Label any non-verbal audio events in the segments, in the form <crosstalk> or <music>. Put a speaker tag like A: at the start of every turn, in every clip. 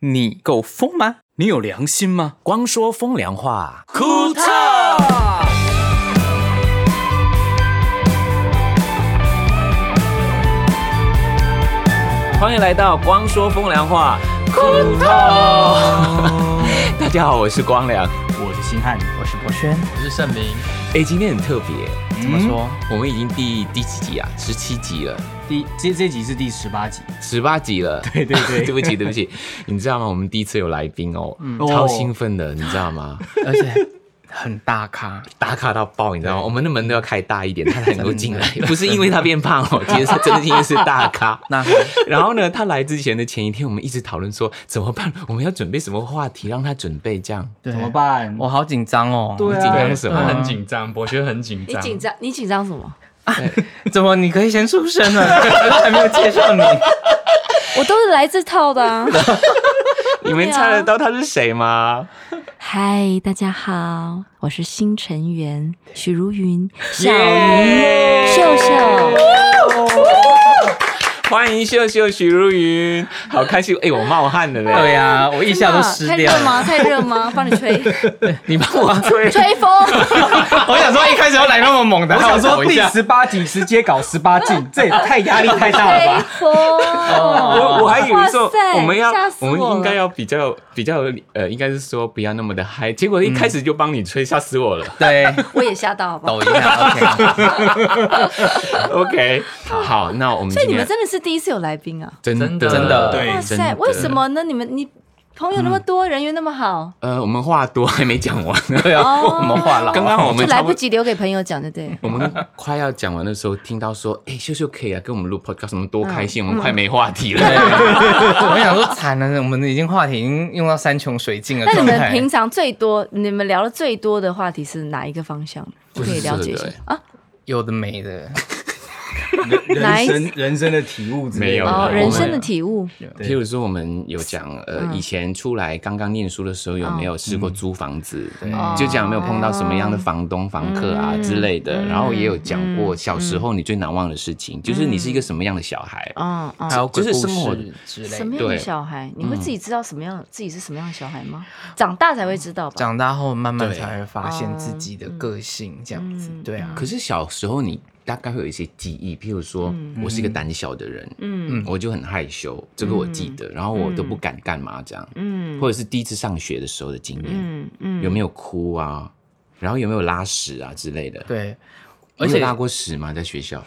A: 你够疯吗？你有良心吗？
B: 光说风凉话，
A: 库特。
B: 欢迎来到光说风凉话，库特。 <laughs> 大家好，我是光良。
C: 我是星汉，
D: 我是博轩，
E: 我是盛明，
B: 哎，今天很特别，
D: 怎么说？
B: 我们已经第第几集啊？十七集了，
C: 第这这集是第十八集，
B: 十八集了。
C: 对对对
B: <laughs> 对不起，对不起，你知道吗？我们第一次有来宾哦，
C: 嗯
B: 超兴奋的，你知道吗？
D: 而且很大咖，
B: 打卡到爆，你知道吗？我们的门都要开大一点，他才能够进来。不是因为他变胖
C: <laughs>
B: 哦，其实他真的因为是大咖。
D: 那
B: 然后呢，他来之前的前一天，我们一直讨论说怎么办，我们要准备什么话题让他准备这样。
D: <laughs> 对
C: 怎么？办？
D: 我好紧张哦。
C: 对啊
B: 紧张什
E: 他
B: 么？
E: 很紧张，博学很紧
F: 你
E: 张，
F: 紧张？你紧张什么？
D: <laughs> 怎么你可以先出声呢？ <laughs> 还没有介绍 <laughs> 你。
F: 我都是来这套的、啊。
B: 你们猜得到他是谁吗？
F: 嗨，大家好，我是新成员许茹芸、小
B: 耶
F: 鱼、秀秀。
B: 欢迎秀秀许茹芸，好开心！哎、我冒汗了嘞。
C: 啊
D: 对呀，啊我一下都湿
F: 太
D: 掉
F: 热
D: 了。
F: 吗？太热吗？帮你吹
B: 你帮我
C: <laughs>
B: 吹。
F: 吹风。
D: 我想说一开始要来那么猛的，
C: 我
D: 让
C: 想说
D: 抖一
C: 第
D: 下
C: 十八集直接搞十八禁，这也太压力太大了
F: 吹 <laughs>
C: 吧？
F: 风。
B: 我我还以为说
F: 哇塞
B: 我们要
F: 吓死我
B: 们
F: 了
B: 应该要比较比较呃，应该是说不要那么的嗨，结果一开始就帮你吹，吓死我了。
D: 对，
F: 我也吓到，好不好？
D: 抖一 <laughs> 下。OK，
B: OK，好，那我们
F: 所以
B: 今
F: 你们
B: 天
F: 真的是第一次有来宾啊！
B: 真
E: 真的
B: 真的
C: 对
F: 哇
B: 真的
F: 塞，为什么呢？你们你朋友那么多，人缘那么好，
B: 呃，我们话多还没讲完，
D: <laughs> 对啊，
F: 哦
D: 我们话痨。
B: 刚刚嗯我
F: 就
B: 们
F: 来
B: 差不
F: 不
B: 多。
F: 及留给朋友讲，对不对？
B: 我们快要讲完的时候，听到说，哎、秀秀可以来跟我们录 podcast，我们多开
F: 嗯
B: 心，我们快没话题了。
D: 我想说惨了，我们已经话题已经用到山穷水尽的
F: 那你
D: 状
F: 们
D: 态。
F: 平常最多、你们聊的最多的话题是哪一个方向？
B: 不
F: 我
B: 是
F: 可以了解一下
B: 这个
F: 啊。
D: 有的没的，
C: 人
F: 哪
C: 人
F: 一
C: 生人生的体悟之类
B: 没有
F: 哦，
B: 对
F: 人
B: 我们
F: 生的体悟，
C: 对
B: <laughs> 譬如说，我们有讲，呃，
F: 嗯
B: 以前出来刚刚念书的时候，有没有试过租房子？
D: 对
F: 哦
B: 就讲有没有碰到什么样的房东、房客啊
F: 嗯
B: 之类的。然后也有讲过
F: 嗯
B: 小时候你最难忘的事情，就是你是一个什么样的小孩。
F: 嗯
D: 还有
F: 嗯。
D: 鬼
B: 就是
D: 故
B: 生活
D: 事之类
F: 什
D: 的。
F: 么样
B: 对
F: 的小孩？你会自己知道什么样的自己是什么样的小孩吗？长大才会知道吧。
D: 长大后慢慢
B: 对
D: 才会发现
F: 哦
D: 自己的个性这样子
F: 嗯，
D: 对啊。
B: 可是小时候你大概会有一些记忆，譬如说我是一个胆小的人，
F: 嗯
B: 我就很害羞，这个我记得，然后我都不敢干嘛这样，
F: 嗯
B: 或者是第一次上学的时候的经验，
F: 嗯嗯
B: 有没
F: 有？
B: 有哭啊，然后有没有拉屎啊之类的。
D: 对，
B: 你
D: 而
B: 有
D: 且
B: 拉过屎吗？在学校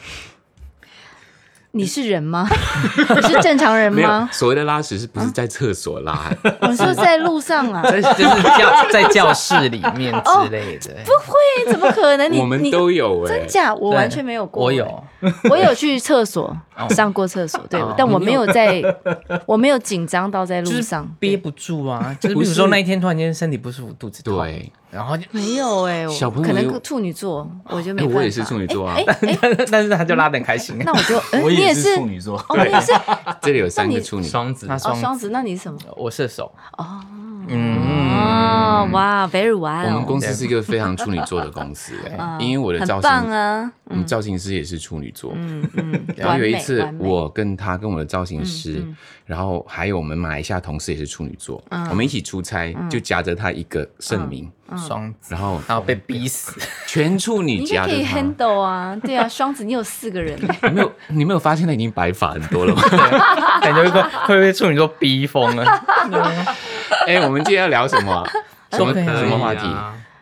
F: 你是人
B: <laughs>
F: 吗？你是正常人
B: 没有
F: 吗？
B: 所谓的拉屎是不是
F: 啊
B: 在厕所拉？
F: 我说在路上
B: <laughs>
F: 啊，
D: 这 <laughs> 就是教在教室里面之类的，
F: 会怎么可能？你
B: 我们
F: 你
B: 都有哎
F: 真，假？我
D: 对
F: 完全没有过。欸
D: 我有，
F: 我有去厕所
B: 哦
F: 上过厕所，对，但我没有在，我没有紧张到在
D: 就
F: 路
D: 是
F: 上，
D: 憋不住啊，就是
B: 不
D: 比
B: 是
D: 如说那一天突然间身体不舒服，肚子痛，
B: 对，
F: 哦
D: 然后就， <laughs>
F: 没有哎，我
B: 小朋友
F: 可
B: 有
F: 能处女座，我就没
B: 哎
F: 办法。
B: 我也是处女座啊
F: 哎哎哎
D: 但是他就拉得很开心，
F: 那我
B: <laughs>
F: 就，哎
C: 我
F: 你
C: 也
F: 是
C: 是处女座，
F: 哦，你也是
B: 这里有三个
F: 那你
B: 处女，
E: 双子
D: 他
F: 哦，
D: 啊双
F: 双子，那你是什么？
D: 我射手，哦，嗯，
F: 哦，哇，very
B: 我们
F: well，
B: 公司是一个非常处女座的公
F: <laughs>
B: 司哎，
F: 哦嗯
B: 因为我的造
F: 很
B: 型
F: 棒啊，
B: 嗯，造型师也是处女座。
F: 嗯嗯，
B: 然后
F: 完
B: 有一
F: 美
B: 次
F: 完，美
B: 我跟他跟我的造型师，
F: 嗯嗯
B: 然后还有我们马来西亚同事也是处女座，
F: 嗯
B: 我们一起出差，就夹着他一个盛名，
D: 双子，
B: 然后
D: 然后被逼死， <laughs>
B: 全处
F: 你
B: 女
F: 应该
B: 夹
F: 可
B: 着
F: 以
B: 他。
F: handle 啊，对啊，双子你有四个人，
B: 你没有，你没有发现他已经白发很多了
F: <laughs>
B: 吗？
D: 感觉会被会被处女座逼疯
F: 啊
D: 了，
B: 哎、我们今天要聊什么
F: <laughs>
B: 啊、什么
D: 都可以啊
B: 什么话题？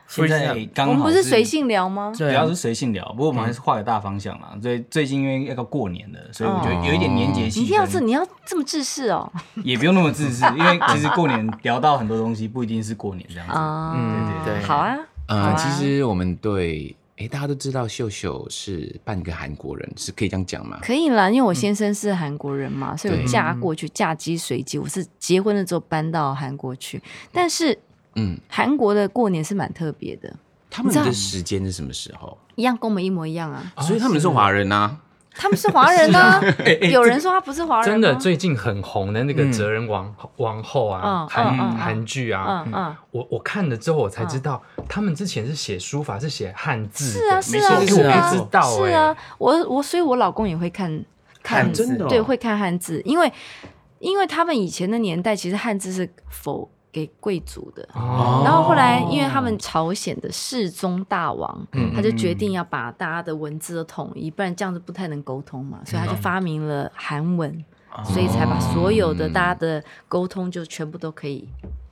C: 现在刚
F: 我
C: 好
F: 们不是随。性聊吗？
C: 主
D: 对
C: 要
D: 啊
C: 是，随性聊，不过我们还是画个大方向
F: 嗯
C: 啦。所以最近因为要过年了，所以我觉得有一点年节
F: 哦你一
C: 气
F: 定要这，
C: 氛，
F: 你要这么自私哦，
C: 也不用那么自私，因为其实过年聊到很多东西，不一定是过年这样子。
F: 啊，
D: 嗯对
F: 好啊，好
B: 呃，
F: 啊
B: 其实我们对，哎、大家都知道秀秀是半个韩国人，是可以这样讲吗？
F: 可以啦，因为我先生是韩国人嘛，所以我
B: 嗯对
F: 嫁过去，嫁鸡随鸡。我是结婚了之后搬到韩国去，但是
B: 嗯，
F: 韩国的过年是蛮特别的，
B: 他们
F: 你知道
B: 的时间是什么时候？
F: 一样跟我们一模一样啊。
B: 所以他们是华人啊。
F: 他们是华
B: <laughs>
F: 人啊，
B: 哎
F: 有人说他不是华人
E: 真
F: 吗，
E: 的最近很红的那个
D: 嗯
E: 哲人王王后啊，
F: 嗯嗯
E: 韩
F: 嗯
E: 韩剧啊
F: 嗯，嗯，
E: 我我看了之后我才知道，他们之前是写书法，是写汉字的，
F: 是啊是啊
E: 没错
F: 是
E: 我
F: 啊
E: 不知道
F: 是
E: 哎
F: 啊，我我所以，我老公也会看看
D: 汉字
B: 真的哦
F: 对，会看汉字，因为因为他们以前的年代，其实汉字是否给贵族的。
E: 哦
F: 然后后来，因为他们朝鲜的世宗大王，
B: 嗯
F: 他就决定要把大家的文字都统一，不然这样子不太能沟通嘛，所以他就发明了韩文，所以才把所有的大家的沟通就全部都可以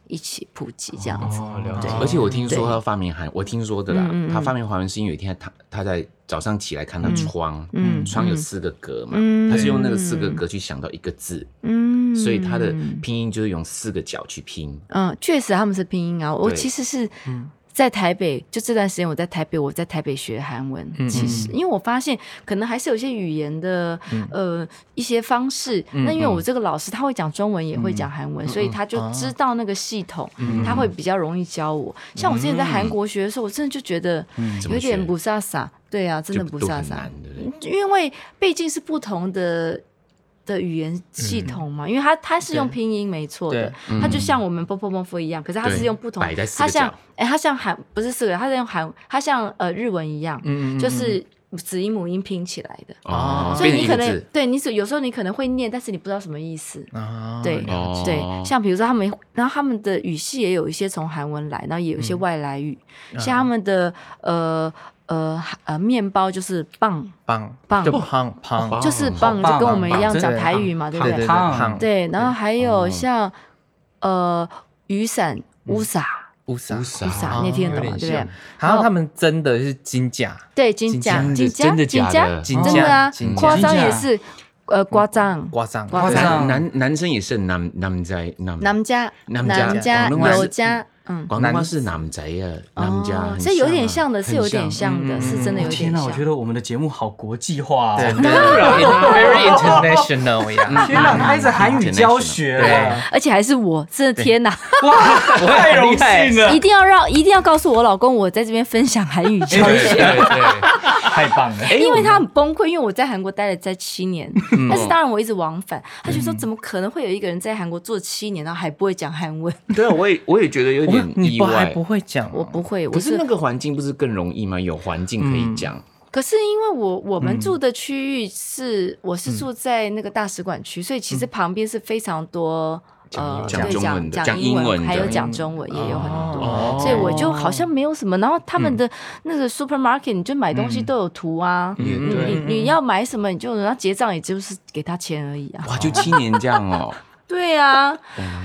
F: 一起普及这样子。
E: 哦，了解
F: 对。
B: 而且我听
F: 对
B: 说他发明韩，我听说的啦
F: 嗯嗯嗯，
B: 他发明韩文是因为有一天他他在早上起来看到窗，
F: 嗯嗯
B: 窗有四个格嘛，
F: 嗯
B: 他是用那个四个格去想到一个字，
F: 嗯
B: 所以他的拼音就是用四个角去拼。
F: 嗯，确实他们是拼音啊。我
B: 对
F: 其实是在台北，就这段时间我在台北，我在台北学韩文。其
B: 嗯
F: 实，因为我发现可能还是有一些语言的、呃一些方式。
B: 嗯
F: 那、因为我这个老师他会讲中文，也会讲韩文，所以他
B: 嗯
F: 就知道那个系统，他会比较容易教我。像我之前在韩国学的时候，我真的就觉得
B: 嗯怎
F: 有
B: 么学
F: 点不飒飒。对啊，真的
B: 就
F: 不
B: 都
F: 飒
B: 很
F: 飒
B: 难。对不对？
F: 因为毕竟是不同的的语言系
B: 嗯
F: 统嘛，因为它它是用拼音没错的，它就像我们 b o p o m o f 一样，可是它是用不同
B: 对摆在，四个
F: 它像
B: 角
F: 哎，它像韩不是四个，它像韩，它像呃日文一
D: 嗯
B: 嗯
F: 样，就是子音母音拼起来的，
B: 哦，
F: 所以你可
B: 变成一
F: 能
B: 个字
F: 对你只有时候你可能会念，但是你不知道什么意思，
D: 啊，
F: 对
B: 哦
F: 对，像比如说他们，然后他们的语系也有一些从韩文来，然后也有一
B: 嗯
F: 些外来语，像他们的呃呃呃面包就是棒。
D: 棒
F: 棒
D: 就胖胖，
F: 就是棒，
C: 棒啊
F: 就跟我们一样
D: 哦棒
F: 讲
D: 真的
F: 台语嘛，对不
D: 对对
F: 对？
C: 胖
D: 胖
F: 对，然后还有像呃雨伞、乌撒、
D: 乌萨
B: 乌
F: 乌
B: 萨
F: 撒，你也听得懂
E: 有
F: 吗？对
E: 点
F: 不对
E: 像？
D: 然后他们真的是金甲，
F: 对，金甲、
B: 金
F: 金
B: 甲
F: 甲、
B: 真的
F: 金
B: 假
F: 甲
B: 的，
D: 金甲
F: 真的啊
D: 金，甲嗯
F: 夸张
C: 金甲
F: 也是呃夸张，
D: 挂上
F: 挂
B: 男
C: 上
B: 男男生也是男男仔男
F: 南家、
B: 男家
F: 南家、
B: 广东话是
F: 有家，嗯。
B: 广东话是男仔啊，男家
F: 哦
B: 很，
F: 所以有点像
B: 啊
F: 的，是有点
B: 很
F: 像的，是真的有
C: 嗯天
F: 点
C: 哪，
F: 像
C: 我。觉得我们的节目好国际化哦！
F: <laughs>
D: ，very international 呀，
C: 天哪，开始韩语教学了，
F: 而且还是我，真的天哪！
C: 哇， <laughs> <laughs> 太荣幸了，
F: 一定要让，一定要告诉我老公，我在这边分享韩语教
C: <laughs>
F: 学。
B: <laughs>
C: 太棒了！
B: 哎
F: 因为他很崩溃，因为我在韩国待了在七年，
B: 嗯
F: 但
B: 哦
F: 是当然我一直往返，他就说怎么可能会有一个人在韩国做七年，然后还不会讲韩文？
B: 对啊，我也我也觉得有
D: 哇
B: 点
D: 你
B: 意
D: 不还
B: 外
D: 不。会讲哦，
F: 我不会，我
B: 可是
F: 是
B: 那个环境不是更容易吗？有环境可以讲，
F: 可是因为我我们住的区域是我是住在那个大使馆区，所以其实旁边是非常多。呃，
B: 讲
F: 对
B: 中文
F: 讲
B: 的
F: 讲
B: 讲
F: 英
B: 英文
F: 文，
B: 的嗯
F: 还有讲中文也有很
D: 哦
F: 多，所以我就好像没有什么。然后他们的那个 supermarket，你就买东西都有图啊，你
B: 嗯嗯
F: 你你要买什么你就，然后结账也就是给他钱而已啊。
B: 哇，就七年这样
F: <laughs>
B: 哦。
F: 对啊，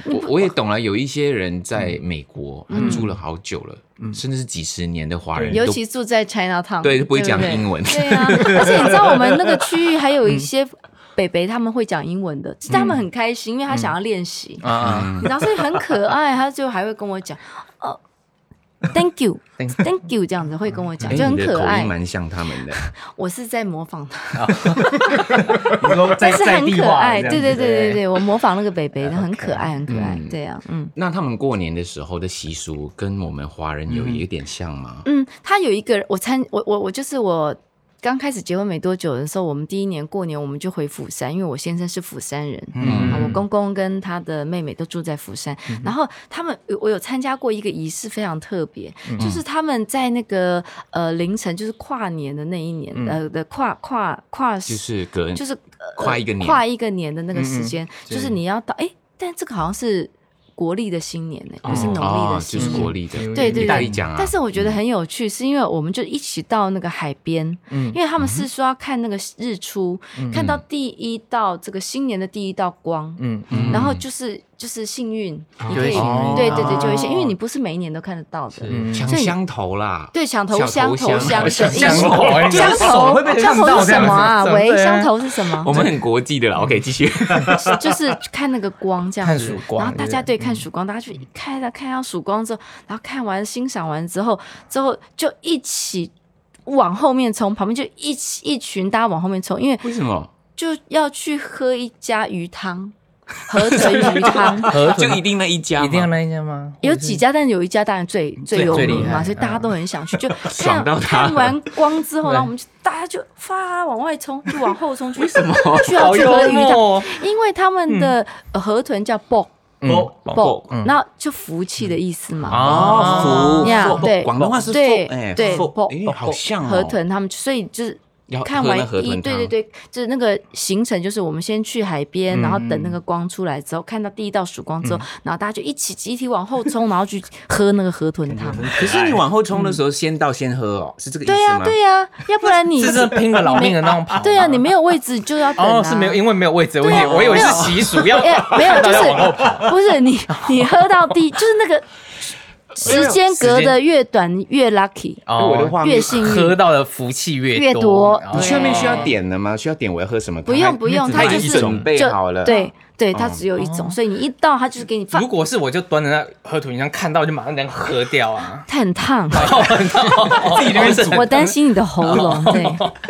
B: 我我也懂了，有一些人在美国，他住了好久了，甚至是几十年的华人，
F: 嗯尤
B: 都
F: 其住在 China Town，
B: 对不会讲
F: 对
B: 英文。
F: 对啊，而且你知道我们那个区域还有一
B: <laughs>
F: 些北北他们会讲英文的，他们很开心，因为他想要练习，
B: 嗯
D: 啊，
F: 你知道，所以很可爱，他就还会跟我讲哦。Thank you,
D: Thank
F: thank you，这样子会跟我讲，
B: 哎
F: 就很
B: 你的
F: 可
B: 口音
F: 爱。
B: 蛮像他们
F: <laughs>
B: 的，
F: 我是在模仿他，
C: 你说在
F: 但是
C: 在
F: 很
C: 地
F: 可
C: 化，
F: 爱。对对对对对，我模仿那个北
B: <laughs>
F: 北，很可爱，很可爱
B: 嗯。
F: 对啊，嗯。
B: 那他们过年的时候的习俗跟我们华人有有点像吗？
F: 嗯，他有一个我参我我我就是我刚开始结婚没多久的时候，我们第一年过年我们就回釜山，因为我先生是釜山人，
B: 嗯
C: 嗯
F: 啊我公公跟他的妹妹都住在釜山，然后他们我有参加过一个仪式，非常特别，
B: 嗯
F: 就是他们在那个呃凌晨，就是跨年的那一年，呃的跨跨跨
B: 嗯就是隔
F: 就是、呃
B: 跨一个年嗯
F: 跨一个年的那个时间，就是你要到哎，但这个好像是国历的新年呢、不是农历
B: 哦
F: 的，
B: 就
F: 新
B: 是
F: 年。
B: 国历的，
F: 对对
B: 你可以
F: 对，
B: 讲啊。
F: 但是我觉得很有趣，是因为我们就一起到那个海边，因为他们是说要看那个日出，看到第一道这个新年的第一道光，
D: 嗯，
B: 嗯
F: 然后就是就是幸运，你
D: 就
F: 可
D: 会
F: 以
D: 幸运
F: 对对对，就会幸，因为你不是每一年都看得到的。
B: 嗯抢
F: 所以
B: 香头啦，
F: 对，响头
B: 小头
F: 香头
B: 香
F: 香
B: 小
F: 对
D: 头
F: 因为
D: 香
F: 香
C: 手会
F: 头
C: 被
F: 香
C: 呛
F: 头
C: 到
F: 是
C: 这
F: 什
C: 样
F: 么啊？
D: 子
F: 喂，
D: 对啊
F: 香头是什么？
B: 我们很国际的
F: 嗯
B: 啦。OK，继续。
F: 就是看那个光这样子，
D: 看曙光嗯
F: 然后大家对看曙光，大家就看到看到曙光之后，然后看完欣赏完之后，之后就一起往后面冲，旁边就一起一群大家往后面冲，因 <laughs> 为
B: 为什么？
F: 就要去喝一家
D: <laughs>
F: 鱼汤，河豚鱼汤。
D: 河
B: 就
D: 豚
B: 一定那一家吗，
D: 一定要那一家吗？
F: 有几家，但是有一家当然最最有
D: 最
F: 名
D: 厉
F: 嘛，
D: 害
F: 所以大家都很
D: <laughs>
F: 想去。就看
B: 爽到他
F: 看完光之后，
D: 对
F: 然后我们就大家就发往外冲，就往后冲去。为什么去要
D: 好
F: 去喝
D: 幽
F: 鱼汤？
D: 默嗯哦，
F: 因为他们的呃河豚叫 b o
D: 嗯
F: 爆，
D: 嗯
F: 那就福气的意思嘛。嗯
D: 哦
B: 哦，福
F: 啊呀
B: 福
F: 对
B: 广东话是
F: 对
B: 福哎
F: 对
B: 福
F: 福
B: 哎，好像哦
F: 河豚他们所以就是
B: 要
F: 看
B: 喝
F: 完
B: 那河
F: 一，
B: 豚
F: 对
B: 汤嗯
F: 对对，就是那个行程，就是我们先去海边，然后等那个光出来之后，看到第一道曙光之后，然后大家就一起集体往后冲，然后去喝那个河豚汤。
B: 可是你往后冲的时候，先到先喝哦，是这个意思
F: 对呀、
B: 吗？
F: 对呀、要不
B: <laughs>
F: 然你
D: 这是拼了老命的那种跑。
F: <laughs> 啊对呀、你没有位置就要等、啊。
D: 哦，是没有，因为没有位置的问
F: 对
D: 题，
F: 啊
D: 我以为是习俗要
F: 哎，没有，
B: <laughs>
D: 看
F: 就
D: 到
F: 是
D: 要往后跑。
F: 不是你，你喝到第，就是那个时间隔得越短越 lucky，
D: 哦
B: 我的画面
F: 啊越幸
D: 喝
F: 运。
D: 到的福气越哦
F: 越多
D: 然后
B: 你去那边需要
F: 对
B: 点的吗？需要点我要喝什么汤？
F: 不用不用，
B: 只
F: 它
B: 卖
F: 就
B: 一
F: 是
B: 种备
F: 就
B: 好了哦
F: 对对，它只有一种，所以你一到它就是给你放！
D: 如，果是我就端着那河豚汤，看到就马上能喝掉啊
F: <laughs> 它
B: <laughs>
F: 很烫。
D: 自己那边煮
F: <laughs> 我担心你的喉咙，
B: 哦
F: 对，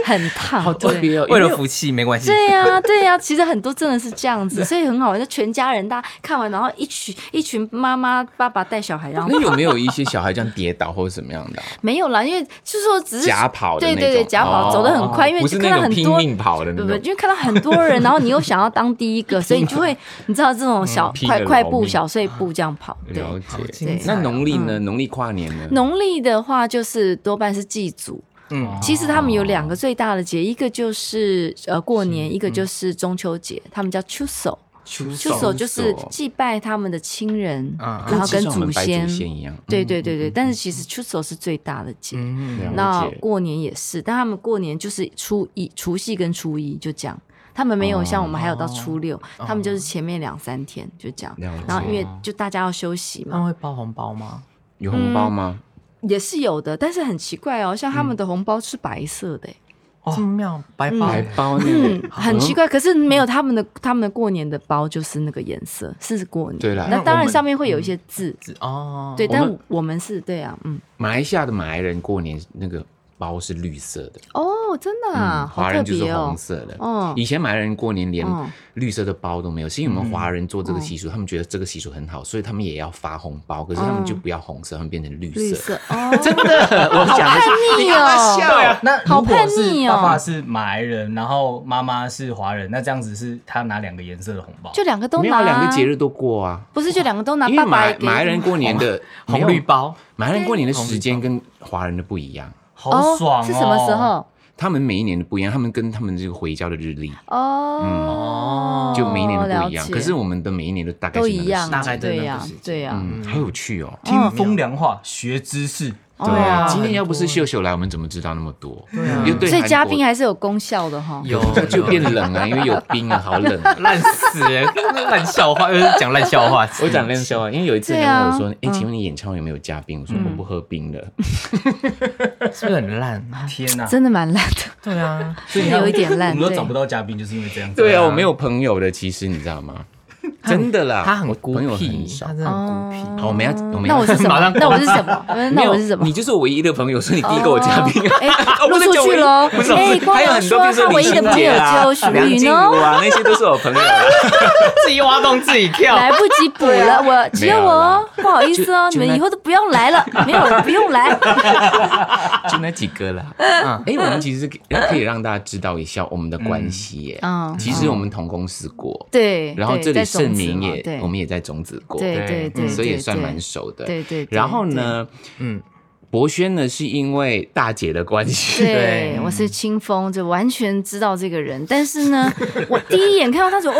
F: 很烫，好特
B: 别哦
D: 为了福气没关系。
F: 对呀、对呀、其实很多真的是这样子，所以很好玩。就全家人，大家看完，然后一群一群妈妈、爸爸带小孩，然后
B: 那有没有一些小孩这样跌倒或者怎么样的啊？
F: 没有啦，因为 <laughs> 就是说只是
B: 假跑的
F: 对
B: 那
F: 对对，
B: 种
F: 假跑
B: 哦
F: 走得很快，因为
B: 不
F: 就是看
B: 那
F: 到
B: 种
F: 很
B: 拼
F: 多
B: 命跑的
F: 不
B: 那
F: 不，
B: 种。
F: 因为看到很多人，然后你又想要当第一个，所以你就会，你知道这种小
B: 嗯拼
F: 快
B: 了
F: 快
B: 老
F: 步、
B: 命
F: 小碎步这样跑。对，
B: 了解。
F: 对嗯
B: 那农历呢？农历跨年呢？
F: 农历的话就是多半是祭祖。
D: 嗯，
F: 其实他们有两个最大的节，一个就是呃过年，一
D: 嗯
F: 个就是中秋节，他们叫秋守。秋守就是祭拜他们的亲人，
D: 啊
F: 然后跟
B: 就嗯像我
F: 祖
B: 们白
F: 先
B: 祖。先嗯一样。
F: 对对对对，但是其实秋守是最大的节。
D: 嗯，
F: 那
B: 了解
F: 过年也是，但他们过年就是初一、除夕跟初一就这样，他们没有像我们还有到初六，
D: 哦
F: 他们就是前面两三天就这样。
B: 了解
F: 然后因为就大家要休息
D: 他
F: 嘛，
D: 们会包红包吗？
B: 有红包吗？
F: 也是有的，但是很奇怪哦，像他
B: 嗯
F: 们的红包是白色的、欸
D: 这么妙，白包
B: 白包那
F: 嗯
B: 个，
F: 很奇怪，可是没有他们的他们的过年的包就是那个颜色，是过年。
B: 对啦
F: 那
D: 那
F: 当
D: 我
F: 然
D: 们
F: 上面会有一
B: 嗯
F: 些字，
D: 哦，
F: 对，但我们是对啊，嗯，
B: 马来西亚的马来人过年那个包是绿色的，
F: 哦，真的啊，
B: 嗯
F: 好
B: 华
F: 特
B: 人就是
F: 别哦
B: 红，色的。
F: 哦
B: 以前马来人过年连
F: 嗯
B: 绿色的包都没有，是因为我们华人做这个习俗，他们觉得这个习俗很好，所以他们也要发红包，可是他们就不要红色，他们变成绿
F: 嗯绿
B: 色。
F: 色
B: <laughs>
F: 哦，真的
B: 我讲的是
F: 腻哦，
C: 对啊，那
F: 好
C: 如果
F: 叛
C: 是
F: 逆哦
C: 爸爸是马来人，然后妈妈是华人，那这样子是他拿两个颜色的红包，
F: 就两个都
B: 没
F: 拿
B: 有啊两个节日都过啊，
F: 不是就两个都拿，
B: 因
F: 爸
B: 为
F: 爸
B: 马
F: 也给
B: 马来人过年的
D: 红绿，包
B: 马来人过年的时间跟华人的不一样，
C: 好爽哦！
F: 是什么时？候？
B: 他们每一年的不一样，他们跟他们这个回教的日历
F: 哦，
B: 嗯就每一年的不一样
F: 了，解
B: 可是我们的每一年都大概
F: 都
B: 是那个
F: 一样啊
B: 时，
D: 大概都
F: 对
D: 那个
F: 呀
D: 时间，
F: 对啊呀，
B: 嗯，好有趣哦。
C: 听风凉话，学知识，
F: 哦
B: 对啊，今天要不
D: 很
B: 是秀秀来，我们怎么知道那么多？
D: 对啊
B: 又对
F: 所以嘉
B: 韩国
F: 宾还是有功效的哈。
D: 有
B: 就变冷啊，因为有冰啊，好冷。
D: 烂死了，烂笑话，又是讲烂笑话。
B: <laughs> 我讲那个笑话，因为有一次人
F: 对啊
B: 家
F: 嗯
B: 问我说：“哎，请问你演唱会有没有嘉宾？”我说：“我不喝冰 <laughs> 的。
D: 是不是很烂？啊
C: 天哪！
F: 啊真的蛮烂的，
D: 对啊，
C: 所以
F: 有一点烂
C: <laughs> 我们都
F: 对
C: 找不到嘉宾，就是因为这样”子。
B: 对啊，我没有朋友的，其实你知道
F: <laughs>
B: 吗？真的啦，
D: 他很
B: 我
D: 孤
B: 朋友
D: 僻
B: 很，少
D: 他。真的很孤僻。
B: 好，我们要我们
F: 哦那我
B: 要
F: 是什
D: 马
F: 么
D: 上？
F: 那我是
B: <laughs>
F: 什么？嗯那我是什么
B: 你？就是我唯一的朋友，所以你第一个我嘉宾啊。
F: 哎，
B: <laughs> 我不
F: 录
B: 能
F: 出
B: 讲
F: 去
B: 唯一
F: 喽！
B: 不是，不
F: 哎，
B: 是
F: 光
B: 还有
F: 阳
B: 很多，比
F: 说
B: 如
F: 他
B: 说
F: 唯
B: 李
F: 一的
B: 心
F: 朋
B: 洁
F: 友
B: 啊
F: 就、属
B: 梁
F: 于
B: 静茹
F: 呢，
B: 啊，那些都是我朋友啊。
F: <laughs>
D: 自己挖洞自己跳
F: 来不及补了，我只有我哦，不好意思哦，你
B: 就
F: 们
B: 那
F: 以后都不用
B: <laughs>
F: 来了，没有人不用来。
B: 就那几个啦。
F: 嗯
B: 哎、我们其实可可以让大家知道一下我们的关系耶。
F: 嗯嗯嗯
B: 其实我们同公司过，
F: 对，
B: 然后
F: 对
B: 这里
F: 在种
B: 盛
F: 子
B: 明
F: 嘛
B: 也
F: 对，
B: 我们也在种子过，
F: 对对对，
B: 嗯所以也
F: 对
B: 算
F: 对
B: 蛮熟的。
F: 对对对
B: 然后呢，
D: 嗯
B: 嗯，博轩呢是因为大姐的关 <laughs>
F: <laughs>
B: 系，
F: 对
D: 对，
F: 我是清风，就完全知道这个人。但是呢，我第一眼看到他说，哎、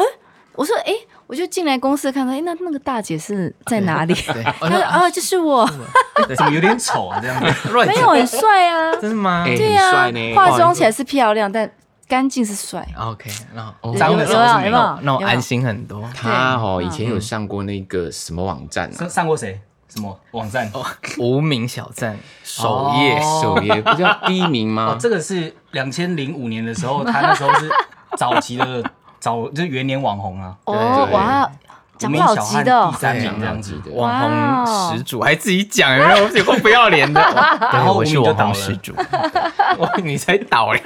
F: 我说，哎、我就进来公司看到，哎、那那个大姐是在哪里？
D: 对
F: 他说，啊，就是我，
C: 怎么有点丑啊？这样子
D: 乱
F: 没
D: 讲
F: 有很帅啊，
D: 真的吗
B: 哎
F: 对
B: 很
F: 啊
B: 帅呢，
F: 化妆起来是漂亮，但干净是帅。
D: ？OK，那我
F: 有
C: 脏的时
F: 有
C: 候
F: 啊
C: 是没
F: 有没有
C: 有？
D: 那我
F: 有没有
D: 安心很多。
B: 她
F: 对嗯
B: 哦以前有上过那个什么网站
C: 上
B: 啊，
C: 上过谁？什么网站？
D: 无名小站首页
C: 哦
B: 首页不叫第一名
C: <laughs> 哦
B: 吗，？
C: 这个是两千零五年的时候，他那时候是早期的早，就是元年网红啊，
F: 哦，哇，讲
C: 无
F: 不
C: 名
F: 好
C: 小
F: 急
C: 汉
F: 的哦
C: 第，三名
B: 蛮
C: 这样
B: 好
C: 子
B: 记。的。
D: 网
F: 哇哦
D: 红始祖，还自己讲，然后有够不要脸的。
C: 然
D: 对，
C: 后
D: 我是
C: 我
D: 网
C: 们就倒了
D: 红始祖， <laughs> 哇，你才倒嘞！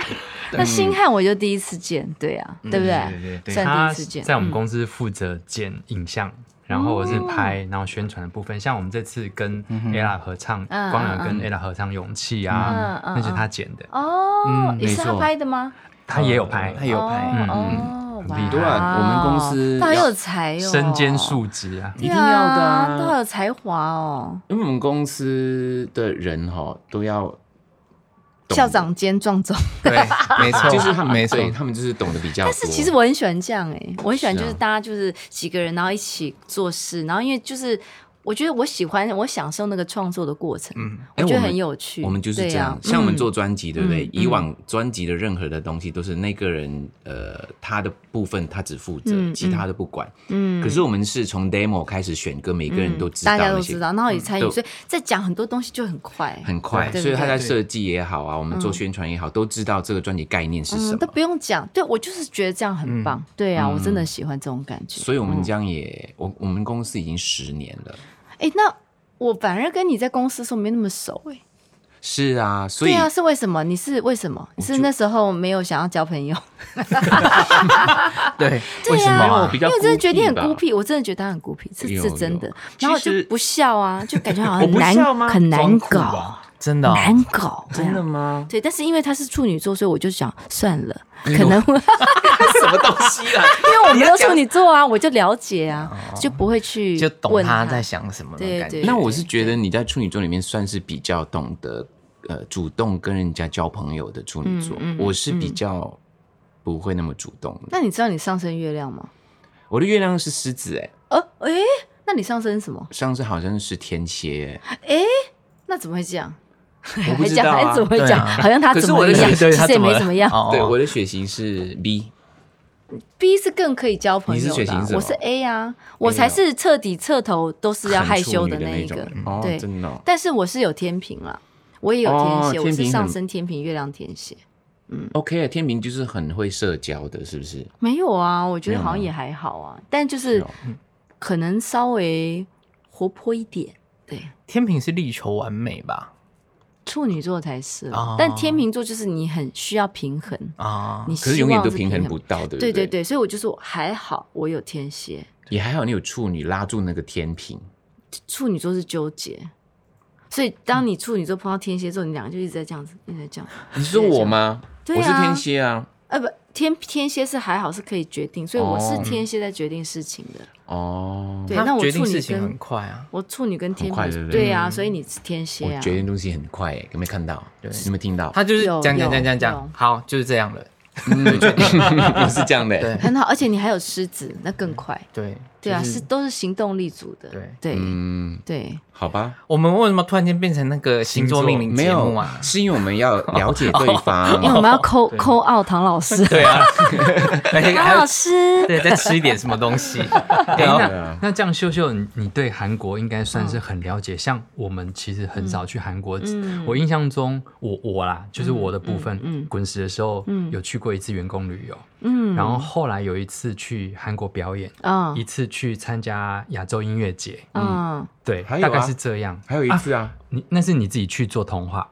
F: 那星汉我就第一次见，对啊，对不
C: 对嗯对对
F: 算
E: 他
F: 第一次见。
E: 在我们公司负责剪影像，然后我是拍，
F: 哦
E: 然后宣传的部分。像我们这次跟 ella 合唱，
F: 嗯
E: 光良跟 ella 合唱《勇气》啊，
F: 嗯嗯
E: 那是他剪的，
F: 哦，
E: 嗯
F: 也
B: 没
F: 是他
B: 错
F: 拍的吗？
E: 他也有拍，
D: 他有拍，
E: 嗯
F: 哦，
E: 嗯
F: 哇
E: 很厉害
B: 对啊我们公司
F: 他很有才哦，
E: 身兼数职啊。
F: 对啊，一
B: 定要的啊
F: 他好有才华哦。
B: 哦因为我们公司的人哈、都要懂
F: 校长啊兼壮总。
D: 对， <laughs> 没错，
B: 就是他们
D: 没错
B: 对，他们就是懂得比较多。
F: 但是其实我很喜欢这样哎、我很喜欢
B: 是啊
F: 就是大家就是几个人，然后一起做事，然后因为就是我觉得我喜欢我享受那个创作的过程，
B: 哎
F: 觉得
B: 我们
F: 很有趣。
B: 我们就是
F: 对
B: 这样
F: 啊，
B: 像我们
F: 嗯
B: 做专辑，对不对
F: 嗯？
B: 以往专辑的任何的东西都是那个人，呃，他的部分他只负责
F: 嗯，
B: 其他的不管。
F: 嗯
B: 可是我们是从 demo 开始选歌，每个人都知道
F: 大家
B: 那
F: 都
B: 些嗯
F: 知，道，然后也参与，
B: 都
F: 所以在讲很多东西就很快，
B: 很快，
F: 对嗯
B: 所以他在
D: 对对
B: 设计也好啊，我们做宣传也好，都知道这个专辑概念是什
F: 嗯，都
B: 么。嗯
F: 不用讲。对我就是觉得这样很棒，对啊，我真的喜欢这种感觉。
B: 所以我们
F: 嗯
B: 这样也，我我们公司已经十年了。
F: 哎、那我反而跟你在公司的时候没那么熟哎、
B: 是啊，所以
F: 对啊，是为什么？你是为什么？你是那时候没有想要交朋友？
D: 对，
F: 对呀、
B: 因为我比较
F: <laughs> 因为我真的觉得你很孤
B: 孤
F: 僻，我真的觉得他很孤僻，这
B: 有
F: 是真的
B: 有。
F: 然后我
B: 其
F: 就
B: 实
F: 不笑
B: <laughs>
F: 啊，就感觉好
B: 我
F: 像很
B: 不笑
F: 难
B: 吗
F: 很难
C: 装酷
F: 搞
C: 吧，
D: 真的哦，
F: 难搞，真的
B: 吗？
F: 对，但是因为他是处女座，所以我就想算了，可能会
B: <laughs> 什么东西啊？
F: <laughs>
B: 哦
F: 因为我没有处女座啊，我就了解啊，就不会去
D: 就懂
F: 问
D: 他在想什么的
F: 对
D: 感
F: 对
D: 觉。
B: 那我是觉得你在处女座里面算是比较懂得呃主动跟人家交朋友的处女座，
F: 嗯嗯
B: 我是比较不会那么主动的。
F: 那你知道你上升月亮吗？
B: 我的月亮是狮子、哎，
F: 呃，诶，那你上升是什么？
B: 上次好像是天蝎、哎
F: 那怎么会这样？
B: 我不
F: 还
B: 知
F: 讲
B: 道
F: <laughs> 还
B: 啊
F: 怎。么会
D: 对
F: 讲？
D: 啊
F: 好像他
B: 可是
F: 怎么
B: 我的
F: 样，
D: 对
F: 其
D: 对他
F: 实也
D: 怎么
F: 没
D: 了
F: 怎
D: <laughs>
F: 么样。
D: 哦
B: 对，我的血型是 B，
F: B 是更可以交朋友
B: 你是
F: 的
B: 血
F: 啊、
B: 型是什么
F: 我是 A 啊，我才是彻底彻头都是要害羞的
B: 很处
F: 一
B: 女
F: 个
B: 的那。种
F: 对
B: 哦，真的哦、
F: 但是我是有天平啦，我也有天蝎，
B: 哦
F: 我
B: 天
F: 是
B: 平
F: 上
B: 很
F: 升天平，月亮天蝎。
B: OK，天平就是很会社交的，是不是？
F: 没有啊，我觉得
B: 没有
F: 好像
B: 吗
F: 也还好啊，但就是
B: 是哦
F: 可能稍微活泼一点。对，
D: 天平是力求完美吧？
F: 处女座才是啦，
D: 哦
F: 但天平座就是你很需要平衡，
D: 啊，
F: 你
B: 可是
F: 希
B: 永远
F: 望
B: 都
F: 是
B: 平
F: 平
B: 衡不。到，对不
F: 对对
B: 对
F: 对，所以我就说还好，我有天蝎，
B: 也还好你有处女拉住那个天平，
F: 处女座是纠结，所以当你处女座碰到天蝎座，你两个就一直在这样子，一直在这样。
B: 你是我吗？
F: 对
B: 我是
F: 啊
B: 天蝎啊。
F: 呃，不，天天蝎是还好是可以决定，所以我是
B: 哦
F: 天蝎在决定事情的。
B: 哦，
F: 对，那
D: 他
F: 我
D: 决
F: 处
D: 定
F: 女
D: 事情很
F: 跟
D: 快啊。
F: 我处女跟天
B: 快对
F: 平，
B: 不对
F: 对啊，所以你是天蝎
B: 我
F: 啊。
B: 决定东西很快诶，有没有看到？有没有
F: <laughs>
B: 听到？ <laughs>
D: 他就是
F: 有
D: 讲讲
F: 有
D: 讲讲
F: 有
D: 讲，好，就是这样了。
B: 我是这样的、
D: 对
F: 很好，而且你还有狮子，那更快。
D: 对
F: 对啊，
D: 就是
F: 都是行动力组的。
D: 对
F: 对
B: 嗯， <laughs>
F: 对，
B: 好吧，
D: 我们为什么突然间变成那个星座命名
B: 没
D: 节目
B: 有
D: 啊，？
B: 是因为我们要了解对
F: 因 <laughs> 为
B: 方。
F: 我们要抠抠奥唐老师，
D: 哦
F: <laughs>
D: 对 <laughs> 啊，而且还
F: 唐
D: 有 <laughs>
F: 老师，
D: 对，再吃一点什么东
F: <laughs>
D: 西。对
E: 哎
F: 哦
D: 啊，
E: 那那这样秀秀，你你对韩国应该算是很了解。像我们其实很少去韩国，我印象中我我啦，就是我的部分，
F: 嗯嗯嗯
E: 滚石的时候、
F: 嗯
E: 有去过一次员工旅游，
F: 嗯，
E: 然后后来有一次去韩国表演，
F: 嗯
E: 一次去参加亚洲音乐节，
F: 嗯，
E: 对，
B: 还有
E: 大
B: 啊
E: 概是这样。
B: 还有一次啊，
E: 你那是你自己去做通话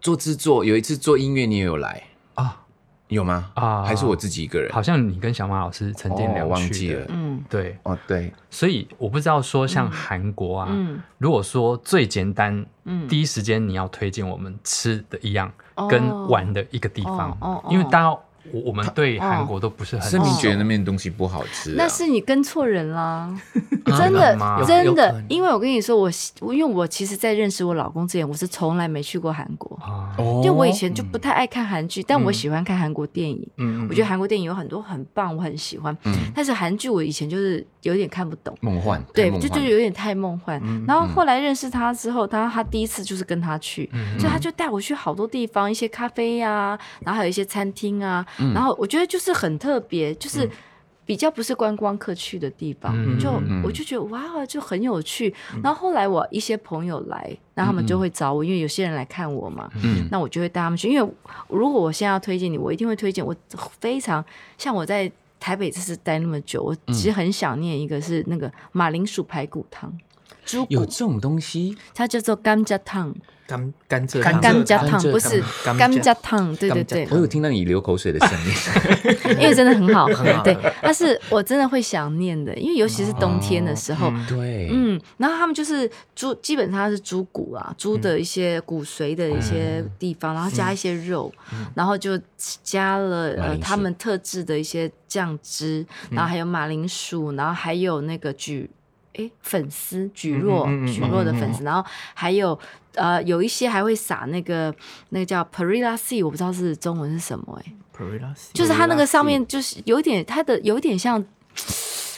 B: 做制作，有一次做音乐，你也有来，
E: 啊、
B: 有吗？
E: 啊
B: 还是我自己一个人？
E: 好像你跟小马老师沉淀聊
B: 哦
E: 去、
B: 忘记了。
F: 嗯
E: 对，
B: 哦，对，
E: 所以我不知道说像韩国啊，
F: 嗯
E: 如果说最简单，
F: 嗯
E: 第一时间你要推荐我们吃的一样，
F: 哦
E: 跟玩的一个地方，
F: 哦哦哦
E: 因为大家我我们对韩国都不是很
B: 盛明
E: 熟
B: 觉得那边的东西不好吃、啊，
F: 那是你跟错人啦，
E: <laughs> 啊
F: 真
E: 真的
F: 的
E: 吗
D: 有
F: 真
D: 可
F: 的
D: 能，
F: 因为我跟你说，我因为我其实，在认识我老公之前，我是从来没去过韩国，
E: 啊，
D: 哦
F: 因为我以前就不太爱看韩
E: 哦嗯
F: 剧，但我喜欢看韩国电影。
D: 嗯，
F: 我觉得韩国电影有很多很棒，我很喜欢。
E: 嗯
F: 但是韩剧我以前就是有点看不懂，
B: 梦幻，
F: 对
B: 太，梦
F: 就
B: 幻嗯
F: 就有点太梦幻。然后后来认识他之后，他他第一次就是跟他去，
B: 嗯
F: 所以他就带我去好多地方，一些咖啡呀、然后还有一些餐厅啊。
B: 嗯
F: 然后我觉得就是很特别，就是比较不是观光客去的地方，
E: 嗯
F: 就
B: 嗯
F: 我就觉得哇，就很有趣。然后后来我一些朋友来，然后他们就会找我，因为有些人来看我嘛，
B: 嗯
F: 那我就会带他们去。因为如果我现在要推荐你，我一定会推荐。我非常像我在台北这次待那么久，我其实很想念一个是那个马铃薯排骨汤，猪
B: 有
F: 骨，
B: 这种东西，
F: 它叫做甘蔗汤，
D: 甘甘蔗
C: 甘
D: 糖
F: 甘
C: 蔗
F: 蔗汤
B: 甘蔗
F: 不是
D: 甘蔗
F: 甘蔗汤，对
D: 甘
F: 对
D: 蔗
F: 对
B: 我， <laughs> 有听到你流口水的声音。
F: 因为真的很好喝
D: 很好，
F: 对
D: 喝，
F: 但是我真的会想念的，因为尤其是冬天的时候，
B: 对，
F: <laughs> 嗯，然后他们就是猪，基本上是猪骨啊，猪
D: 嗯
F: 的一些骨髓的一些地方，然后加一些肉，
D: 嗯
F: 然后就加了
B: 马
F: 呃
B: 铃薯
F: 他们
D: 嗯
F: 特制的一些酱汁，然后还有马铃薯，然后还有那个菊诶粉丝蒟蒻
D: 嗯嗯嗯嗯
F: 蒟蒻的粉丝，然后还有呃有一些还会撒那个那个叫 perilla sea，我不知道是中文是什么诶，就是它那个上面就是有点它的有点像。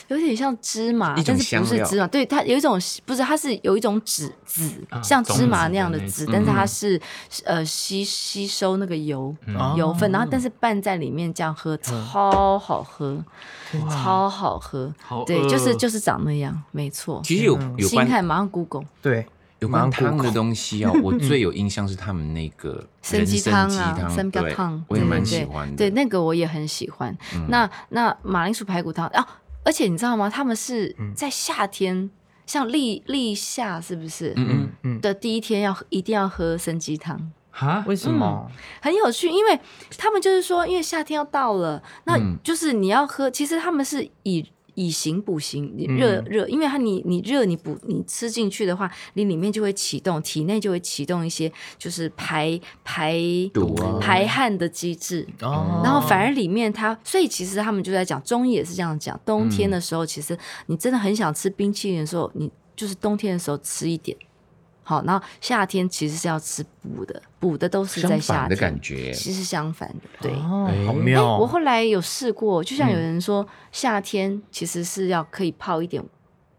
F: 有点像芝麻
B: 一，种
F: 但是不
B: 香
F: 是
B: 料
F: 芝麻？对，它有一种不是，它是有一种籽籽，
E: 啊
F: 像芝麻
E: 种子的
F: 那样的
E: 那
F: 籽，
E: 种
F: 但是它是呃吸吸收那个油
E: 嗯
F: 油分，然后但是拌在里面这样喝，超好喝，超好喝。
A: 好
F: 对，就是
A: 饿
F: 就是长那样，没错。
B: 其实有有
F: 心
B: 关
F: 态马上 Google
D: 对，
B: 有关汤
D: 蛮
B: 的
D: 酷
B: 东西哦，我最有印象是他们那
F: <laughs>
B: 个
F: 参
B: 人参
F: 鸡
B: 鸡
F: 汤啊，
B: 汤，
F: 参鸡
B: 对
F: 汤，，
B: 我也
F: 对
B: 蛮
F: 对
B: 喜
F: 对
B: 欢的。嗯
F: 对，那个我也很喜欢。那那马铃薯排骨汤啊，而且你知道吗？他们是在夏天，像立立夏是不是？
B: 嗯嗯，
F: 的第一天要喝一定要喝参鸡汤，
E: 哈，
D: 为什么？
F: 很有趣，因为他们就是说，因为夏天要到了，那
B: 嗯
F: 就是你要喝，其实他们是以。以形补形，你热
B: 嗯
F: 热，因为它你你热你补你吃进去的话，你里面就会启动，体内就会启动一些就是排排
B: 毒啊
F: 排汗的机制，
D: 哦
F: 嗯然后反而里面它，所以其实他们就在讲，中医也是这样讲，冬天的时候，其实你真的很想吃冰淇淋的时候，你就是冬天的时候吃一点，好，然后夏天其实是要吃补的，补的都是在
B: 相
F: 夏
B: 反的感
F: 天，
B: 觉，
F: 其实是相反的，对。
D: 哦，好
F: 哎、
D: 妙
F: 我
D: 哦，
F: 后来有试过，就像
B: 嗯
F: 有人说，夏天其实是要可以泡一点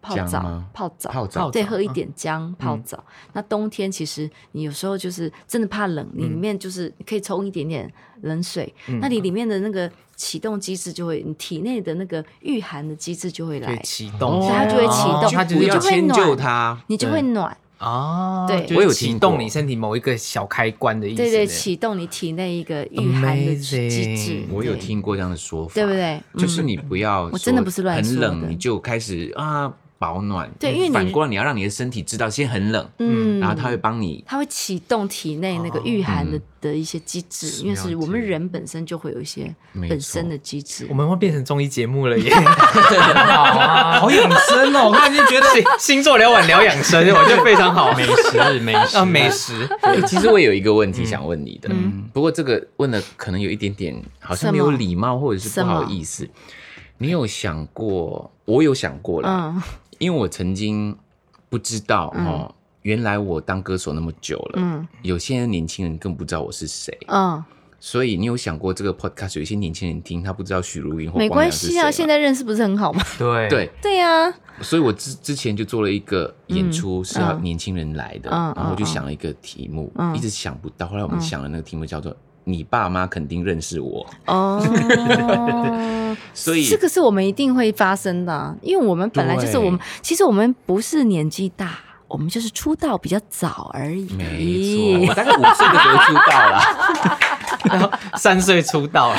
F: 泡
B: 姜
F: 澡
B: 吗，
F: 泡澡，
B: 泡澡嗯
F: 对，喝一点姜泡澡。那冬天其实你有时候就是真的怕冷，
B: 嗯
F: 你里面就是可以冲一点点冷水，
D: 嗯
F: 那你里面的那个启动机制就会，你体内的那个御寒的机制就会来
D: 对，，启动，
F: 所以它就会启动，
D: 哦它就
B: 不
F: 你
B: 要
F: 就会
B: 迁就
F: 暖，
B: 它，
F: 你就会暖。
D: 啊，
F: 对
D: 就是
B: 我有
D: 启
B: 听
D: 动
B: 过
D: 你身体某一个小开关的意思，
F: 对对，启动你体内一个御寒的机制
D: Amazing。
B: 我有
F: 对，
B: 听过这样的说法，
F: 对不？对？
B: 就是
F: 嗯
B: 你不要，
F: 我真的不是乱说
B: 很
F: 的
B: 冷你就开始啊保暖，
F: 对因为你
B: 反过来你要让你的身体知道先很冷，
F: 嗯
B: 然后它会帮你
F: 它会启动体内那个御寒的、
B: 嗯
F: 的一些机制，因为是我们人本身就会有一些
B: 没错
F: 本身的机制
D: 我。们会变成综艺节目了耶！ <laughs>
E: 好啊，
C: 好养生哦，我看
D: 就觉得星星座聊晚聊养 <laughs> 生，我觉得非常好。
E: 美食美食
D: 啊，美食，
B: 欸
F: <laughs>
B: 其实我有一个问题想问你的，
F: 嗯
B: 不过这个问的可能有一点点好像没有礼貌或者是不好意思。你有想过？我有想过了， <laughs>
F: 嗯
B: 因为我曾经不知道哦，原来我当歌手那么久了，
F: 嗯
B: 有些年轻人更不知道我是谁。
F: 嗯，
B: 所以你有想过这个 podcast 有一些年轻人听他不知道许茹芸或
F: 没
B: 光
F: 关
B: 良是谁
F: 系
B: 吗
F: 啊，现在认识不是很好吗？ <laughs>
E: 对
B: 对，
F: 对呀、
B: 所以我之之前就做了一个演出，是要
F: 嗯
B: 年轻人来的，
F: 嗯
B: 然后我就
F: 嗯
B: 想了一个题目，
F: 嗯
B: 一直想不到。后来我们想了那个题目叫做“你爸妈肯定认识我
F: 哦，”，
B: 所以
F: 这个是我们一定会发生的啊、因为我们本来就是我们，其实我们不是年纪大，我们就是出道比较早而
B: 没错，
F: 已 <laughs>
B: 我。大概五岁的时候出道了，
D: <laughs> 三岁出道了，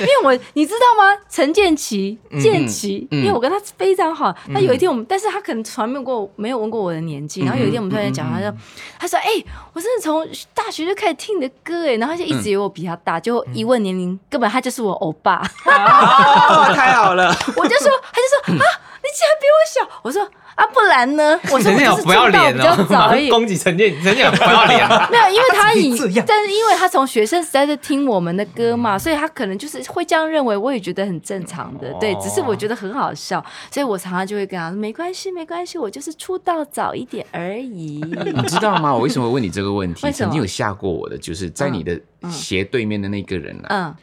F: 因为我你知道吗？陈建奇，建奇，
B: 嗯
F: 因为我跟他非常好。那有一天我们，但是他可能从来没有过我没有问过我的年
B: 嗯
F: 纪。然后有一天我们突然讲，他就他说：“哎，我真的从大学就开始听你的歌哎。”然后他就一直以为我比他大，就一问年龄，根本他就是我欧巴。
B: 哦，太好了，
F: <laughs> 我就说，他就说啊，你竟然比我小。我说啊，不然呢？
B: <laughs>
F: 我说
D: 陈
F: 我
D: 建
F: 就
D: 阳
F: 是
D: 不要
F: 出道
D: 脸
F: 比较
D: 哦，
F: 早
D: 马
F: 而
D: 上
F: 已。
D: 攻击陈建，陈建阳不要 <laughs> 脸，
F: <laughs> 没有，因为他
D: 自己
F: 以
D: 这样，
F: 但是因为他从学生时代就听我们的歌嘛，所以他可能就是会这样认为，我也觉得很正常
B: 哦
F: 的，对，只是我觉得很好笑，所以我常常就会跟他说没关系，没关系，我就是出道早一点而
B: <laughs>
F: 已。
B: 你知道吗？我为什么问你这个问题？
F: 为什么
B: 曾经有吓过我的，就是在你的斜对面的那个人啊，
F: 嗯，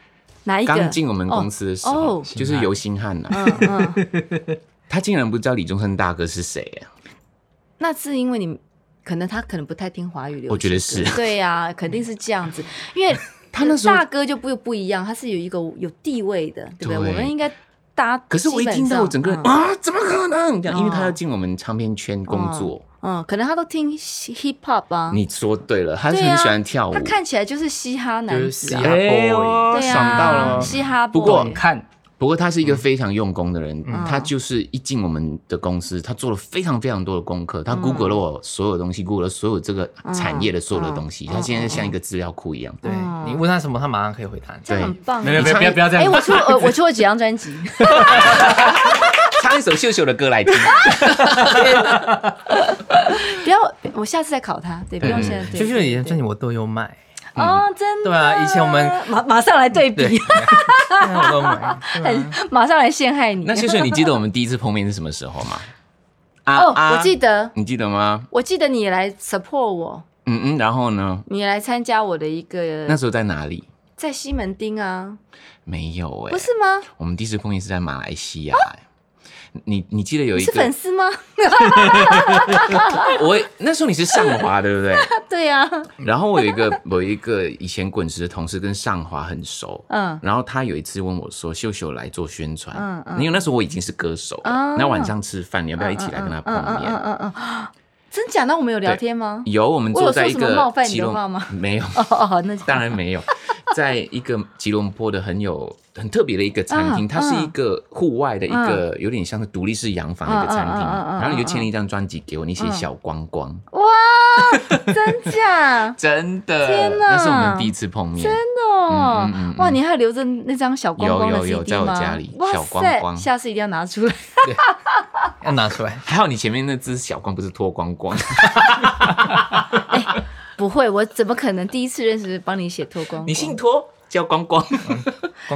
F: 哪一个？
B: 刚进我们公司的时候，
F: 哦哦
B: 就是游星汉呐、
F: 嗯嗯， <laughs>
B: 他竟然不知道李宗盛大哥是谁啊呀、
F: 那是因为你可能他可能不太听华语流行歌，
B: 我觉得是
F: 对呀、肯定是这样子，因为
B: <laughs> 他那时候
F: 大哥就不不一样，他是有一个有地位的，对不对？
B: 对
F: 我们应该大家
B: 可是我一
F: 基本
B: 听到，我
F: 上
B: 整个人、
F: 嗯
B: 啊，怎么可能？这样，因为
F: 哦
B: 他要进我们唱片圈工作。
F: 嗯，可能他都听 hip hop 啊，
B: 你说对了，他是
F: 对
B: 很
F: 啊
B: 喜欢跳舞。
F: 他看起来就是嘻哈
D: 就
F: 男
D: 是
F: 子
D: 嘻
F: 啊，
D: 哈哦
F: 对
D: boy，
F: 啊，
B: 爽到了
F: 嘻哈 boy。
B: 不过
C: 看
B: 不过他是一个非常用功的人，
F: 嗯
B: 他就是一进我们的公司，他做了非常非常多的功课，
F: 嗯
B: 他 Google 了我所有东西，Google 了所有这个产业的所有的东西，
F: 嗯
B: 他现在像一个资料库一样。
D: 对你问他什么，他马上可以回答你。
F: 这样很棒啊。
C: 没有没有不要不要这
F: 哎，
C: 样，
F: 我出呃我出过几张专辑，嗯
B: 唱一首秀秀的歌来
F: <laughs>
B: 听，
F: 不要，我下次再考他，对，不用现在对。
D: 就是以前专辑
F: 对
D: 我都有买，
F: 哦，真的
D: 对啊，以前我
F: <laughs>
D: 们哎
F: 马马上来对比，
D: 我都买，
F: <laughs> 很马上来陷害你。
B: 那秀秀，你记得我们第一次碰面是什么时候吗？啊
F: <laughs> 哦，
B: 啊
F: 我记得，
B: 你记得吗？
F: 我记得你来 support 我，
B: 嗯嗯，然后呢？
F: 你来参加我的一
B: 那
F: 个
B: 时候在哪里？
F: 在西门町啊，
B: 没有哎、
F: 不是吗？
B: 我们第一次碰面是在马来西亚、欸。你你记得有
F: 你
B: 一
F: 是粉
B: 个
F: 丝吗？ <laughs>
B: 我那时候你是上华对不对？
F: 对啊呀、
B: 然后我有一个 <laughs> 我有一个以前滚石的同事跟上华很熟，
F: 嗯
B: 然后他有一次问我说：“秀秀来做宣传，
F: 嗯嗯
B: 因为那时候我已经是歌手
F: 哦
B: 了，那、晚上吃饭你要不要一起来跟他碰面？”
F: 嗯嗯嗯嗯嗯嗯，真假？那我们有聊天吗？
B: 有，我们
F: 我有
B: 坐在
F: 说
B: 一
F: 什么
B: 个
F: 冒犯你
B: 吉
F: 的
B: 隆
F: 话吗
B: 没有， <laughs>
F: 哦哦，哦那就
B: 当然没有，在一个吉隆坡的很有很特别的一个餐厅，
F: 嗯
B: 它是一个户外的一个有点像是独立式洋房的一个餐厅，
F: 嗯嗯嗯嗯嗯嗯
B: 然后你就签了一张专辑给我，你写小光光，？
F: 真假
B: 真的，
F: 天哪
B: 那是我们第一次碰面，
F: 真的哦
B: 嗯嗯嗯嗯
F: 哇！你还留着那张小光光的 CD 吗？
B: 有有有在我家里
F: 哇塞，
B: 小光光
F: 下次一定要拿出来。 <laughs>
D: 要拿出来。
B: 还好你前面那只小光不是脱光
F: <laughs>
B: 光，
F: 不会，我怎么可能第一次认识帮你写脱光光？
B: 你姓脱叫光光，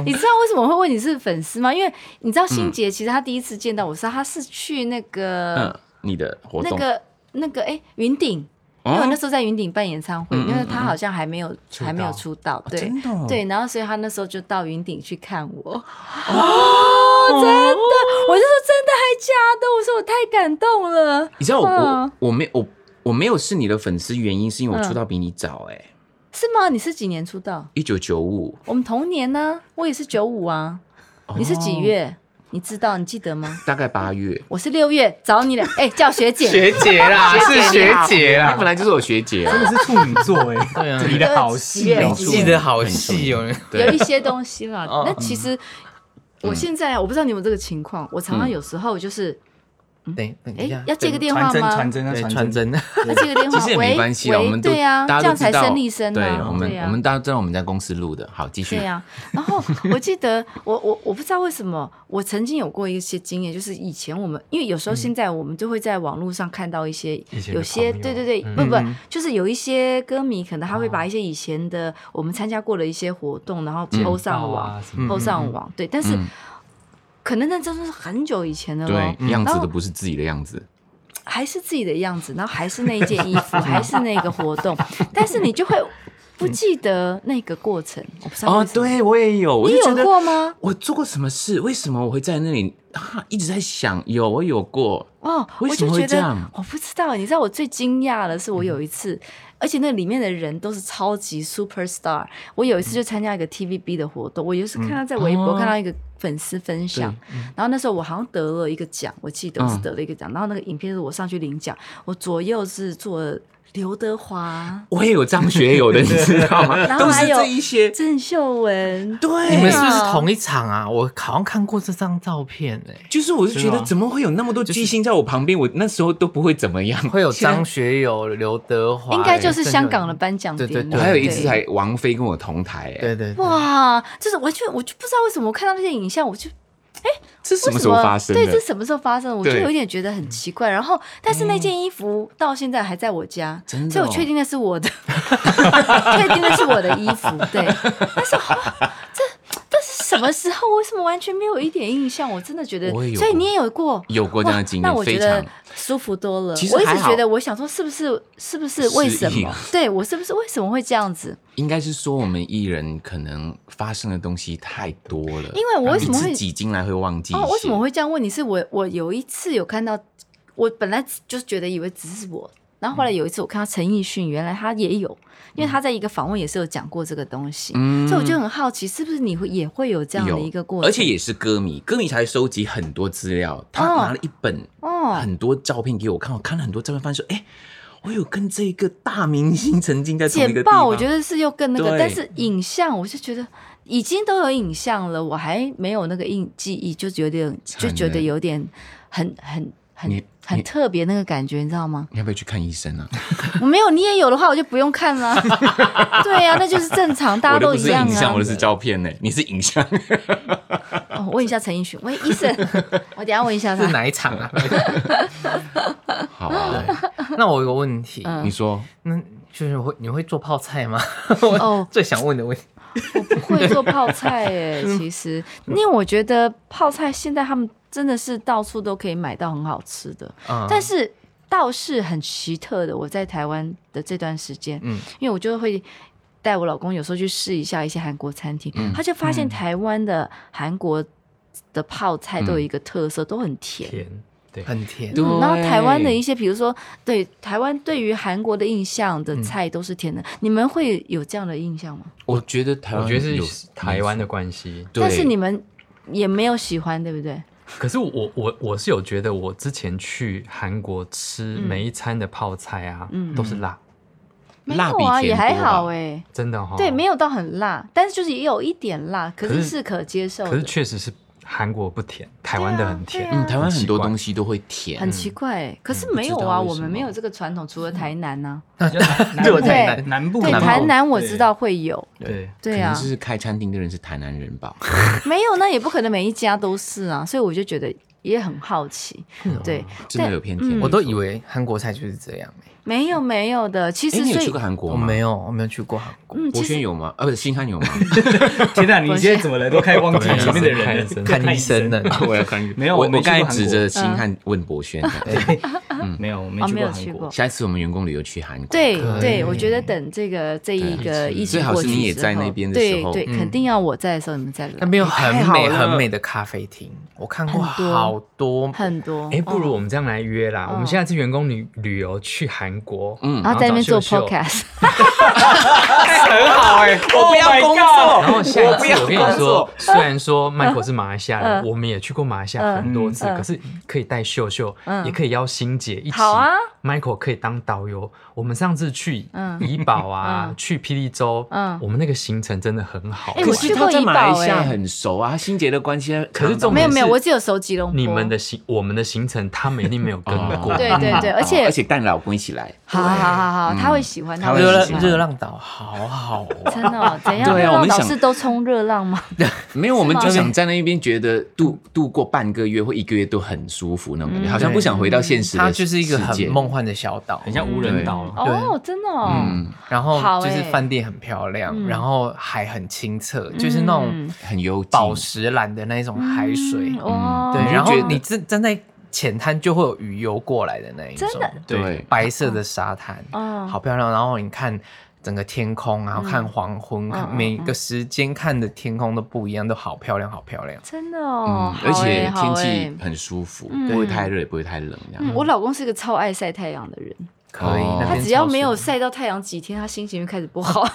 F: 你知道为什么我会问你是粉丝吗？因为你知道心杰其实他第一次见到我是他是去那
B: 嗯
F: 个、，
B: 你的活
F: 那
B: 动，
F: 个那个哎云顶。因
B: 哦
F: 为我那时候在云顶办演唱会，
B: 嗯嗯
F: 因为他好像还没有还没有出道，对、
B: 真的哦
F: 对，然后所以他那时候就到云顶去看我，哦，真的，我就说真的还假的，我说我太感动了，
B: 你知道我、
F: 嗯
B: 我我没我我没有是你的粉丝，原因是因为我出道比你早、
F: 嗯
B: 哎、
F: 是吗？你是几年出道？
B: 一九九五，
F: 我们同年呢、我也是九五啊，你是几月？你知道？你记得吗？
B: 大概八月。
F: 我是六月找你俩，哎、叫学姐，
D: 学姐啦，
F: <laughs>
D: 是学姐
B: 她
D: 啦
B: 本。来就是我学姐啊，
C: 真的是处女座哎，
D: 对啊
C: 这里的好戏
F: 对
C: 哦，
F: 几月
D: 记得好细哦，
F: 有一些东西啦。
D: 哦
F: 那其实我现在啊我不知道你有没有这个情况，我常常有时候就是，
D: 等等
F: 哎
D: 一下，，
F: 要借个电话
C: 传真
F: 吗
C: 传？真啊
D: 对，
C: 传
D: 传
C: 真。
D: 真，
F: 要借个电
B: 其
F: 话，
B: 实也没
F: 喂
B: 关系啊，
F: 喂
B: 我们都
F: 对啊，
B: 大
F: 这
B: 家
F: 样
B: 都
F: 才
B: 知道
F: 生力生
B: 对
F: 啊，
B: 我们
F: 对啊
B: 我们大家都知道我们在公司录的，好继续
F: 对。
B: <laughs>
F: 啊呀、然后我记得我我我不知道为什么，我曾经有过一些经验，就是以前我们因为有
B: 嗯
F: 时候现在我们就会在网络上看到一些、
E: 以前的
F: 有些
E: 朋友
F: 对对对，
E: 嗯
F: 不不，就是有一些歌迷可能他会
B: 哦
F: 把一些以前的、我们参加过的一些活动，然后抛上网，嗯
E: 啊什么
F: 抛、
E: 的
F: 上网，对，但是、哦嗯
B: 嗯
F: 可能那真的是很久以前的咯
B: 对，，嗯样
F: 然
B: 子
F: 后
B: 的不是自己的样子，
F: 还是自己的样子，然后还是那一件衣服， <laughs> 还是那个活动，但是你就会不记得那个过程，我不知
B: 哦
F: 道为，什么
B: 对我也有，我
F: 你
B: 就觉
F: 有
B: 得
F: 过吗？
B: 我做过什么事，为什么我会在那里啊？一直在想，有我有过，
F: 哦，
B: 为
F: 我
B: 什
F: 就
B: 么会
F: 觉
B: 这
F: 得
B: 样嗯
F: 我不知道，你知道我最惊讶的是，我有一次，而且那里面的人都是超级 super star。我有一次就参加一个 TVB 的活动，我有一次看到在微博
B: 哦
F: 看到一个粉丝分享，然后那时候我好像得了一个奖，我记得我是
B: 嗯
F: 得了一个奖，然后那个影片是我上去领奖，我左右是坐刘德华、
B: 我也有张学友
F: <laughs>
B: 的，你知道吗？
F: 然后
B: 都
F: 还
B: 是
F: 有啊
B: 这一些，
F: 郑秀文，
B: 对，
D: 你们是不是同一场啊？我好像看过这张照片诶，
B: 就是我是觉
C: 是
B: 得
C: 吗
B: 怎么会有那么多巨星在我旁边，我那时候都不会怎么样。
D: 会有张学友、刘德华，哎
F: 应该就是香港的
D: 了。
F: 颁奖
D: 对对
F: 典礼。
B: 我还有一次
F: 对
B: 还王菲跟我同台，哎，
D: 对对，对
F: 哇，就是完全我就不知道为什么我看到那些影像，我就
B: 这是什
F: 为
B: 么时候发生的？
F: 对，这什么时候发生的？我就
B: 对嗯
F: 有点觉得很奇怪。然后，但是那件衣服到现在还在我家，
B: 真的哦
F: 所以我确定那是我的， <laughs> 确定那是我的衣服。对，但是好，这但是什么时候？为什么完全没有一点印象？我真的觉得，
B: 我也有
F: 所以你也有过。
B: 有过这样的经
F: 哇那
B: 验，
F: 我
B: 非
F: 觉得
B: 常
F: 舒服多了。
B: 其实
F: 我一
B: 还
F: 直
B: 好
F: 觉得，我想说，是不是是不是为什
B: 失忆
F: 么？对我是不是为什么会这样子？
B: 应该是说我们艺人可能发生的东西太多了，
F: 因为我为什么会
B: 你自己进来会忘记一些？
F: 哦，为什么我会这样问你？是我我有一次有看到，我本来只就是觉得以为只是我，然后
B: 嗯
F: 后来有一次我看到陈奕迅，原来他也有，因为他在一个访问也是有讲过这个东西，
B: 嗯
F: 所以我就很好奇，是不是你会也会有这样的一个过
B: 有
F: 程？
B: 而且也是歌迷，歌迷才收集很多资料，他
F: 哦
B: 拿了一本
F: 哦，
B: 很多照片给我看，我看了很多照片，发现说，哎，我有跟这个大明星曾经在同一
F: 简
B: 个地
F: 报
B: 方，
F: 我觉得是又更那个，
B: 对
F: 但是影像我就觉得。已经都有影像了，我还没有那个印记忆，就有点就觉得有点很很很
B: 你
F: 很
B: 你
F: 特别那个感觉，你知道吗？
B: 你要不要去看医生啊？
F: 我没有，你也有的话，我就不用看
B: <laughs>
F: 了。对啊呀、那就是正常， <laughs> 大家
B: 我的
F: 都
B: 不
F: 一
B: 是
F: 样
B: 影像，
F: 啊
B: 我。的是照片呢，你是影像。
F: 哦我问一下陈奕迅，喂，医生，我等一下问一下
D: 是
F: 他。
D: 哪一场
F: <laughs>
D: 啊？
B: <laughs> 好啊，
D: 那我有个问题，
F: 嗯
B: 你说
D: 那就是会你会做泡菜吗？
F: 哦
D: 我 <laughs> 最想问的问题，
F: 我不会做泡菜耶，其实，因为我觉得泡菜现在他们真的是到处都可以买到很好吃的。
D: 嗯
F: 但是倒是很奇特的，我在台湾的这段时间，
D: 嗯
F: 因为我就会带我老公有时候去试一下一些韩国餐厅，
B: 嗯
F: 他就发现台湾的韩国的泡菜
B: 嗯
F: 都有一个特色，都很甜。
E: 甜，对，
D: 很甜，
B: 对
F: <laughs> 嗯然后台湾的一些，比如说对台湾对于韩国的印象
B: 嗯
F: 的菜都是甜的，你们会有这样的印象吗？
B: 我觉得台湾
E: 我觉得
B: 有
E: 是台湾的，关系。
B: 对
F: 但是你们也没有喜欢，对不对？
E: 可是我我我是有觉得，我之前去韩国吃
F: 嗯
E: 每一餐的泡菜啊，
F: 嗯
E: 都是辣，
F: 没
B: 辣
F: 有
B: 比
F: 啊，
B: 甜
F: 也还
B: 多吧哦
F: 好哎、
E: 真的哈、
F: 对，没有到很辣，但是就是也有一点
B: 嗯
F: 辣，可是
E: 可是
F: 是可接受
E: 可是
F: 的。
E: 确实是韩国不甜，台湾的很甜。
F: 对啊
B: 嗯，台湾很多
E: 很奇怪
B: 东西都会甜，
F: 很奇怪、欸，可是没
B: 嗯
F: 有
B: 不知
F: 啊，
B: 道为
F: 我
B: 什
F: 们没
B: 么
F: 有这个传统，除了台南呢、
D: 热
C: <laughs>
F: 对
D: 台南
C: 南部
F: 对，
B: 南部
F: 台南我知道会有，
C: 对，
F: 对
B: 可
F: 啊
B: 能，是开餐厅的人是台南人
F: <laughs>
B: 吧？
F: 没有那也不可能每一家都是啊，所以我就觉得也很好奇，
B: 嗯
F: 对，
B: 真的有偏甜。
F: 嗯
D: 我都以为韩国菜就是这样、欸
F: 没有没有的，其
B: 哎，
F: 实
B: 你有
F: 所
B: 去
F: 以
B: 过韩国
D: 我
B: 吗？
D: 没有，我没有去过韩国。
F: 嗯，
B: 博
F: 其
B: 轩
F: 实
B: 有吗？呃，不是新汉有吗？
C: 天哪，你现在怎么了？都开始忘记前面的人了，
E: 对
D: 看医生
C: 嗯
D: 呢，
B: 我要 <laughs> 看
C: 没有
B: 我
C: 我没
B: 我
C: 去过
B: 刚才
C: 韩
B: 指
C: 国
B: 着星汉问博轩的。
C: 没有，我没
F: 哦
C: 去
F: 没
C: 过
F: 有
C: 韩
F: 去
C: 国
B: <laughs>
F: 过，
B: 下一次我们员工旅游去韩国，
F: 对
D: 可以
F: 对，我觉得等这个这一个疫情
B: 最好
F: 过
B: 是
F: 去
B: 你也
F: 之
B: 在
F: 后
B: 那边的时
F: 对
B: 候
F: 对，肯定要我在的时候你们再
D: 那
F: 来，
D: 边有很
C: 太好
D: 美
C: 了
D: 很美的咖啡厅，我看过
F: 很多
D: 好多。
F: 很多。
E: 哎、不如我们这样来约啦，
F: 嗯
E: 我们下次员工旅旅游去韩国，
B: 嗯
F: 然后在那边做
E: 找秀秀
F: podcast，
D: 很好哎、
C: 我不
B: Oh
C: 要工作，
E: <laughs> 然后下一次我跟你
B: 工作
E: 说，虽然说 Michael 是马来西亚人，我们也去过马来西亚
F: 嗯
E: 很多次，
F: 嗯
E: 可是可以带秀秀，
F: 嗯
E: 也可以邀欣姐一
F: <laughs>
E: 起。
F: 好啊
E: Michael 可以当导游。我们上次去
F: 嗯
E: 怡保啊
F: 嗯，
E: 去霹雳州，
F: 嗯
E: 我们那个行程真的很好
F: 哎。
B: 可
F: 我
B: 是
F: 去
B: 他
F: 过
B: 在
F: 怡
B: 马来
F: 保
B: 西亚
F: 欸
B: 很熟啊，他心杰的关系啊，
E: 可是重
F: 没有
E: 点
F: 没有，
E: 是
F: 我只有熟吉隆坡。
E: 你们的行，我们的行程他们一定没有跟过。
F: <laughs> 对
B: <laughs>
F: 对对，而
B: 哦
F: 且
B: 而且带老公一起来，
F: <laughs> 好好好好好，他会喜欢，他会
D: 热
F: 喜
D: 浪
F: 欢。
D: 热浪岛好好哦，
F: 真的、哦？怎样？
B: 对啊
F: 热
B: 我
F: 浪
B: 们
F: 岛
B: 想
F: 是都冲热浪吗？
B: 没有我们
F: 是吗
B: 就想在那边觉得度度过半个月或一个月都很舒服那种感觉，
F: 嗯
B: 好像不想回到现实的
D: 它就是一个
B: 世
D: 很
B: 界
D: 梦幻的小岛，
C: 很像无人岛了。
F: 哦，真的哦。
B: 嗯，
D: 然后
F: 好
D: 就是
F: 欸
D: 饭店很漂亮，
F: 嗯
D: 然后海很清澈，就是那种
F: 嗯
B: 很幽静
D: 宝石蓝的那种海水，
F: 嗯哇、
D: 对，
B: 就
D: 然后
B: 觉得
D: 你站站在浅滩就会有鱼游过来的那一种，
F: 真的哦
B: 对，
D: 白色的沙滩，
F: 嗯
D: 哦好漂亮。然后你看整个天空，然后看黄昏，看
F: 嗯嗯
D: 每个时间看的天空都不一样，都好漂亮，好漂亮。
F: 真
B: 嗯
F: 的哦，好
B: 而且
F: 欸好
B: 天
F: 欸
B: 气很舒服，
F: 嗯
B: 不会太热也不会太冷，这
F: 嗯，
B: 样
F: 我老公是个超爱晒太阳的人，
D: 可以，
B: 哦
D: 那
F: 他
D: 边
F: 只要
D: 超
F: 没有
D: 舒服
F: 晒到太阳几天，他心情就开始不好。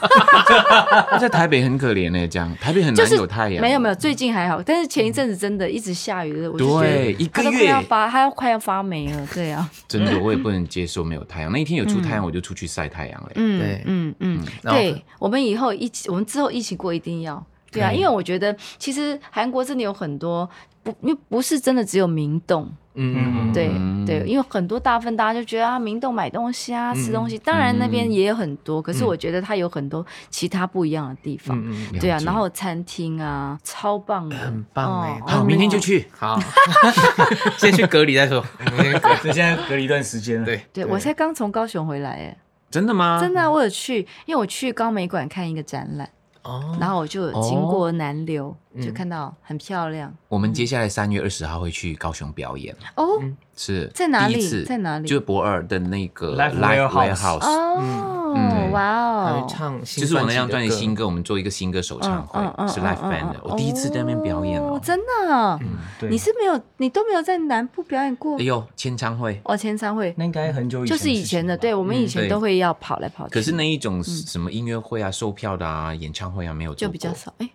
F: <laughs>
B: 那在台北很可怜欸呢，这样台北很
F: 就
B: 难
F: 是
B: 有太阳，嗯
F: 没有没有，最近还好，但是前一阵子真的一直下雨的，我就觉
B: 对
F: 得
B: 一
F: 他
B: 个
F: 都快要
B: 月
F: 发，他要快要发霉了。对
B: <laughs>
F: 啊，
B: 真的我也不能接受没有太阳，那一天有出太阳我就出去晒太阳嘞，
F: 嗯
D: 对
F: 嗯嗯，
D: 然后
F: 对，我们以后一起，我们之后一起过一定要。对啊，
D: 对
F: 因为我觉得其实韩国真的有很多不，因为不是真的只有明洞，
D: 嗯嗯
F: 对、
B: 嗯
F: 对，因为很多大部分大家就觉得啊，明洞买东西啊，吃
B: 嗯
F: 东西，当然那边也有很多，可是我觉得它有很多其他不一样的地方。
D: 嗯嗯，
B: 嗯
F: 对啊
B: 了，解嗯
F: 然后餐厅啊，超棒的，
D: 很棒哎
F: 哦
D: 好
B: 好，明 <laughs> 天就。去，
D: 好，先去隔离再说。我们先隔
C: 所以现在隔离一段时间了，
D: 对
F: 对，我才刚从高雄回来，哎，
B: 真的吗？
F: 真的啊、我有去，因为我去高美馆看一个展览，
D: 哦，
F: 然后我就有经过南流，
B: 嗯
F: 就看到很漂亮
B: 我们接下来三月二十号会去高雄表演，
F: 哦，
B: 嗯是
F: 在哪里
B: 第一次
F: 在哪里
B: 就是博尔的那个
C: Live
B: Live
C: Warehouse
B: Warehouse，嗯
F: 哦，哇
D: 还
F: 哦
D: 会，唱新
B: 就是我那张专
D: 专
B: 辑
D: 辑
B: 新
D: 歌，
B: 歌，我们做一个新歌首唱会
F: 嗯嗯嗯，
B: 是 Live
F: 嗯嗯
B: Band 的
F: 嗯，
B: 我第一次在那边表演哦，
F: 真的啊，
C: 对
F: 你是没有，你都没有在南部表演过
B: 哎呦，签唱会。
F: 哦，签唱会
C: 那应该很久以前
F: 就
C: 的事
F: 是
C: 情
F: 以前的，
C: 了吧
F: 对我们以
B: 嗯
F: 前
B: 对
F: 都会要跑来跑去，
B: 可是那一种什么音乐会啊、售票的啊、演唱会啊，没有做
F: 就
B: 过
F: 比较。少，哎。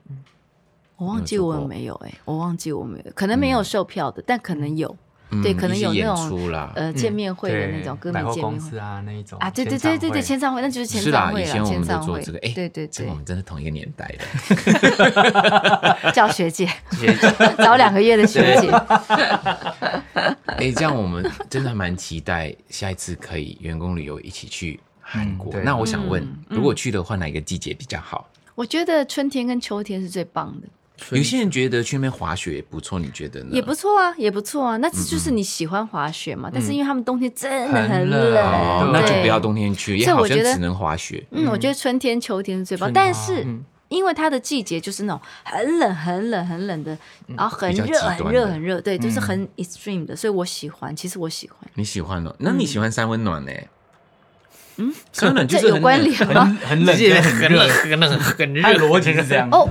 F: 我忘记
B: 嗯没有做
F: 我
B: 过
F: 没有哎、我忘记我没有，可能没有售票的，但可能有，
B: 嗯
F: 对，可能
B: 一些
F: 有那
B: 演
F: 种
B: 出啦，
F: 呃见面会的那种歌迷
E: 嗯百货
F: 见面
E: 公
F: 会
E: 司啊那一种
F: 啊，对对对对对，
E: 签
F: 签唱会那就是签
B: 是啦
F: 唱，会
B: 以前
F: 啦，
B: 我
F: 签
B: 们都
F: 唱
B: 做
F: 会
B: 这个，哎，
F: 对对
B: 这个我们
F: 对，
B: 真是同一个年代的。
F: <laughs> 叫
B: <laughs>
F: 学姐，
B: 谢谢
F: <laughs> 早两个月的学姐，
B: <laughs> 哎，这样我们真的还蛮期待下一次可以员工旅游一起去韩国
E: 嗯。对
B: 那我想问
F: 嗯，嗯
B: 如果去的话，哪一个季节比较好？
F: 我觉得春天跟秋天是最棒的，
B: 有些人觉得去那边滑雪也不错，你觉得呢？
F: 也不错啊，也不错啊。那
B: 嗯
F: 就是你喜欢滑雪嘛，但是因为他们冬天真的
E: 很
F: 冷，
E: 冷
B: 哦，
E: 对
B: 那
F: 对
B: 就不要冬天去，也
F: 所以
B: 好
F: 我
B: 像
F: 觉得
B: 只能滑雪。
F: 嗯，我觉得春天、秋天是最棒，但是
D: 嗯
F: 因为它的季节就是那种很冷、很冷、很冷的，然后很
B: 比较
F: 热、
B: 极端的
F: 很热、很热，对，就是很 extreme 的，所以我喜欢，其实我喜欢。
B: 你喜
F: 嗯
B: 欢哦？那你喜欢三温暖呢？嗯，三温暖就
F: 这
B: 是
F: 有
B: 很
F: 关
B: 冷
F: 联吗？
C: 很很冷
B: <laughs>
C: 跟很热，
D: 很冷很
C: 它的逻辑是这样。
F: <laughs> 哦，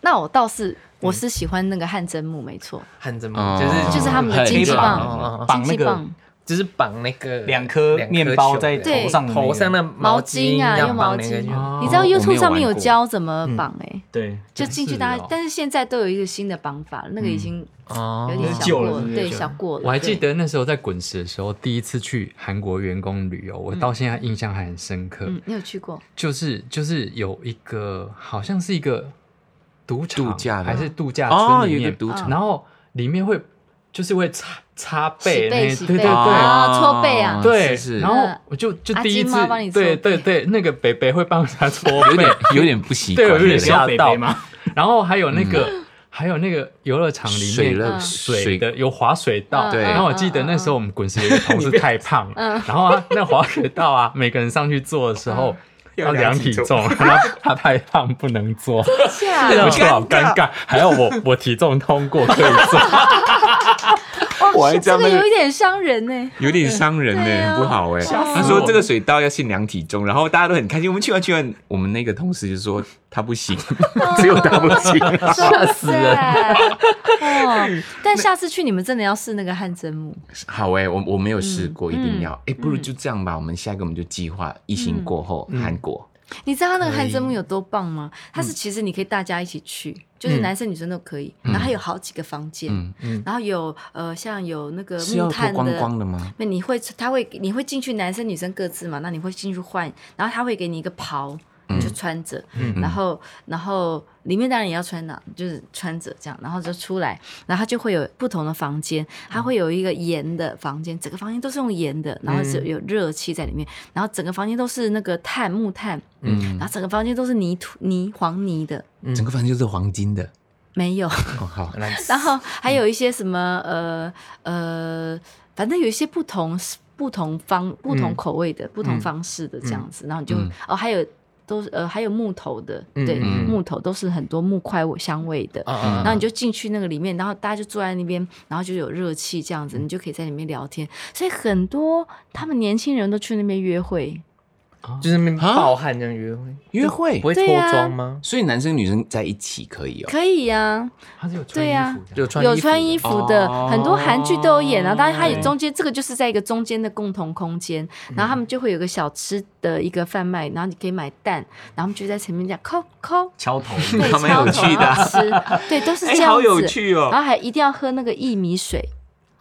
F: 那我倒是我是喜欢那个汗蒸木，没错，
D: 汗蒸
B: 哦
D: 嘛，就是
F: 就是他们的
B: 很
F: 经济
B: 棒
F: 棒，
D: 哦
C: 绑那
F: 经济
C: 个
F: 棒
D: 就是绑那个
C: 两颗
D: 两
C: 面包
D: 球
C: 在
D: 的
F: 对
C: 头上，
D: 头上的
F: 毛
D: 巾
F: 巾啊，
D: 要
F: 用毛
D: 绑那个就
F: 巾。
E: 哦
F: 你知道
E: 我
B: 没有
F: YouTube 上面有
B: 玩过
F: 教怎么绑哎、
C: 对，
F: 就进去
E: 是
F: 大
E: 哦
F: 家，但是现在都有一个新的绑法了，那个已经
D: 哦
F: 有点
C: 那
F: 小
C: 旧
F: 过
C: 了
F: 了，
C: 是不是
F: 对，
C: 旧了
F: 小过了。
E: 我还记
F: 对，
E: 得那时候在滚石的时候，第一次去韩国员工旅游，我到现在印象还很深刻。
F: 嗯，你有去过？
E: 就是就是有一个好像是一个赌场
B: 度假的
E: 还是度假
B: 哦，
E: 村里
B: 有一
E: 面，
B: 个赌场，
E: 然后里面会就是会擦擦
F: 洗
E: 背那
F: 背洗
E: 对
F: 背
E: 对对。
F: 啊，搓背啊，
E: 对，
B: 是是
E: 然后我就就
F: 阿
E: 第一
F: 金
E: 次
F: 妈帮你，搓
E: 对
F: 背
E: 对对，那个北北会帮他搓
B: 有
E: 背
B: <laughs> 点，有点不习
E: 对，
B: 惯，
E: 我有点
C: 叫
E: 吓
C: 北
E: 到
C: 北
D: <laughs>
C: 吗。
E: 然后还有那个，还有那个游乐场里面
B: 水了
F: 嗯
E: 水
B: 水
E: 的有滑水道，
B: 对
E: 然后我记得那时候我们滚石有一个同事
F: 嗯
E: 太胖，然后啊，那滑水道啊， <laughs> 每个人上去坐的时候。要量嗯体重，然后他太胖不能坐，我
F: 下
E: 就好尴尬。还要我我体重通
F: <laughs>
E: 过可以坐，
B: 我还这
F: 哦这
B: 样
F: 个
B: 那
F: 有
B: 个
F: 一点伤人呢、 <laughs>
B: 有点伤人
F: 对
B: 呢，
F: 啊
B: 很不好哎。
F: 吓死
B: 他说这个水道要限量体重，然后大家都很开心，我们去啊玩去玩。我们那个同事就说他不行，只有他不行。
F: <laughs> 吓死人！哇！但下次去你们真的要试那个汗蒸木，
B: 好哎、我我没有试过，
F: 嗯
B: 一定要哎、
F: 嗯
B: 不如就这样吧，我们下一个我们就计划疫情过后韩、国，
F: 你知道它那个汗蒸木有多棒吗？它
B: 嗯
F: 是其实你可以大家一起去，就是男生女生都可以，然后它有好几个房间，
B: 嗯
F: 然后有呃像有那个
B: 是要
F: 木
B: 脱
F: 炭
B: 光
F: 的。
B: 光的吗？
F: 那你会，他会，你会进去，男生女生各自嘛，那你会进去换，然后他会给你一个袍，你就穿着，然后然后里面当然也要穿呐，就是穿着这样，然后就出来，然后他就会有不同的房间，它会有一个盐的房间，整个房间都是用盐的，然后是有热气在里面，然后整个房间都是那个炭呃木炭，
B: 嗯
F: 然，后整个房间都是泥土泥黄泥的，
B: 整个房间都是黄金的。
F: 没有。
B: 哦，好， <laughs>
F: 然后还有一些什么呃呃，反正有一些不同不同方不同口味
B: 嗯
F: 的、不同方式的这样子，然后你就、哦还有。都是呃，还有木头的，对，
B: 嗯
F: 木头都是很多木块味香味的，
D: 啊
F: 然后你就进去那个里面，然后大家就坐在那边，然后就有热气
B: 嗯
F: 这样子，你就可以在里面聊天。所以很多他们年轻人都去那边约会，
D: 嗯就是那边
B: 啊
D: 暴汗这样约会，
B: 约会
D: 不，会脱
F: 啊
D: 妆吗？
B: 所以男生女生在一起可以哦。
F: 可以呀、
E: 他是有穿
F: 对
E: 衣
F: 呀
E: 服的
D: 有穿
F: 有
D: 衣服
F: 穿衣服的，
B: 哦
F: 很多韩剧都有演啊。当然，它也
C: 对
F: 中间这个就是在一个中间的共同空间，
B: 嗯
F: 然后他们就会有个小吃的一个贩卖，然后你可以买蛋，然后他们就在前面这样抠抠，
C: 敲头，
F: 对，
B: 还蛮有趣的啊
F: 超好吃，对，都是
B: 哎、
F: 这样子。
B: 好有趣
F: 然
B: 哦！
F: 后还一定要喝那个薏米水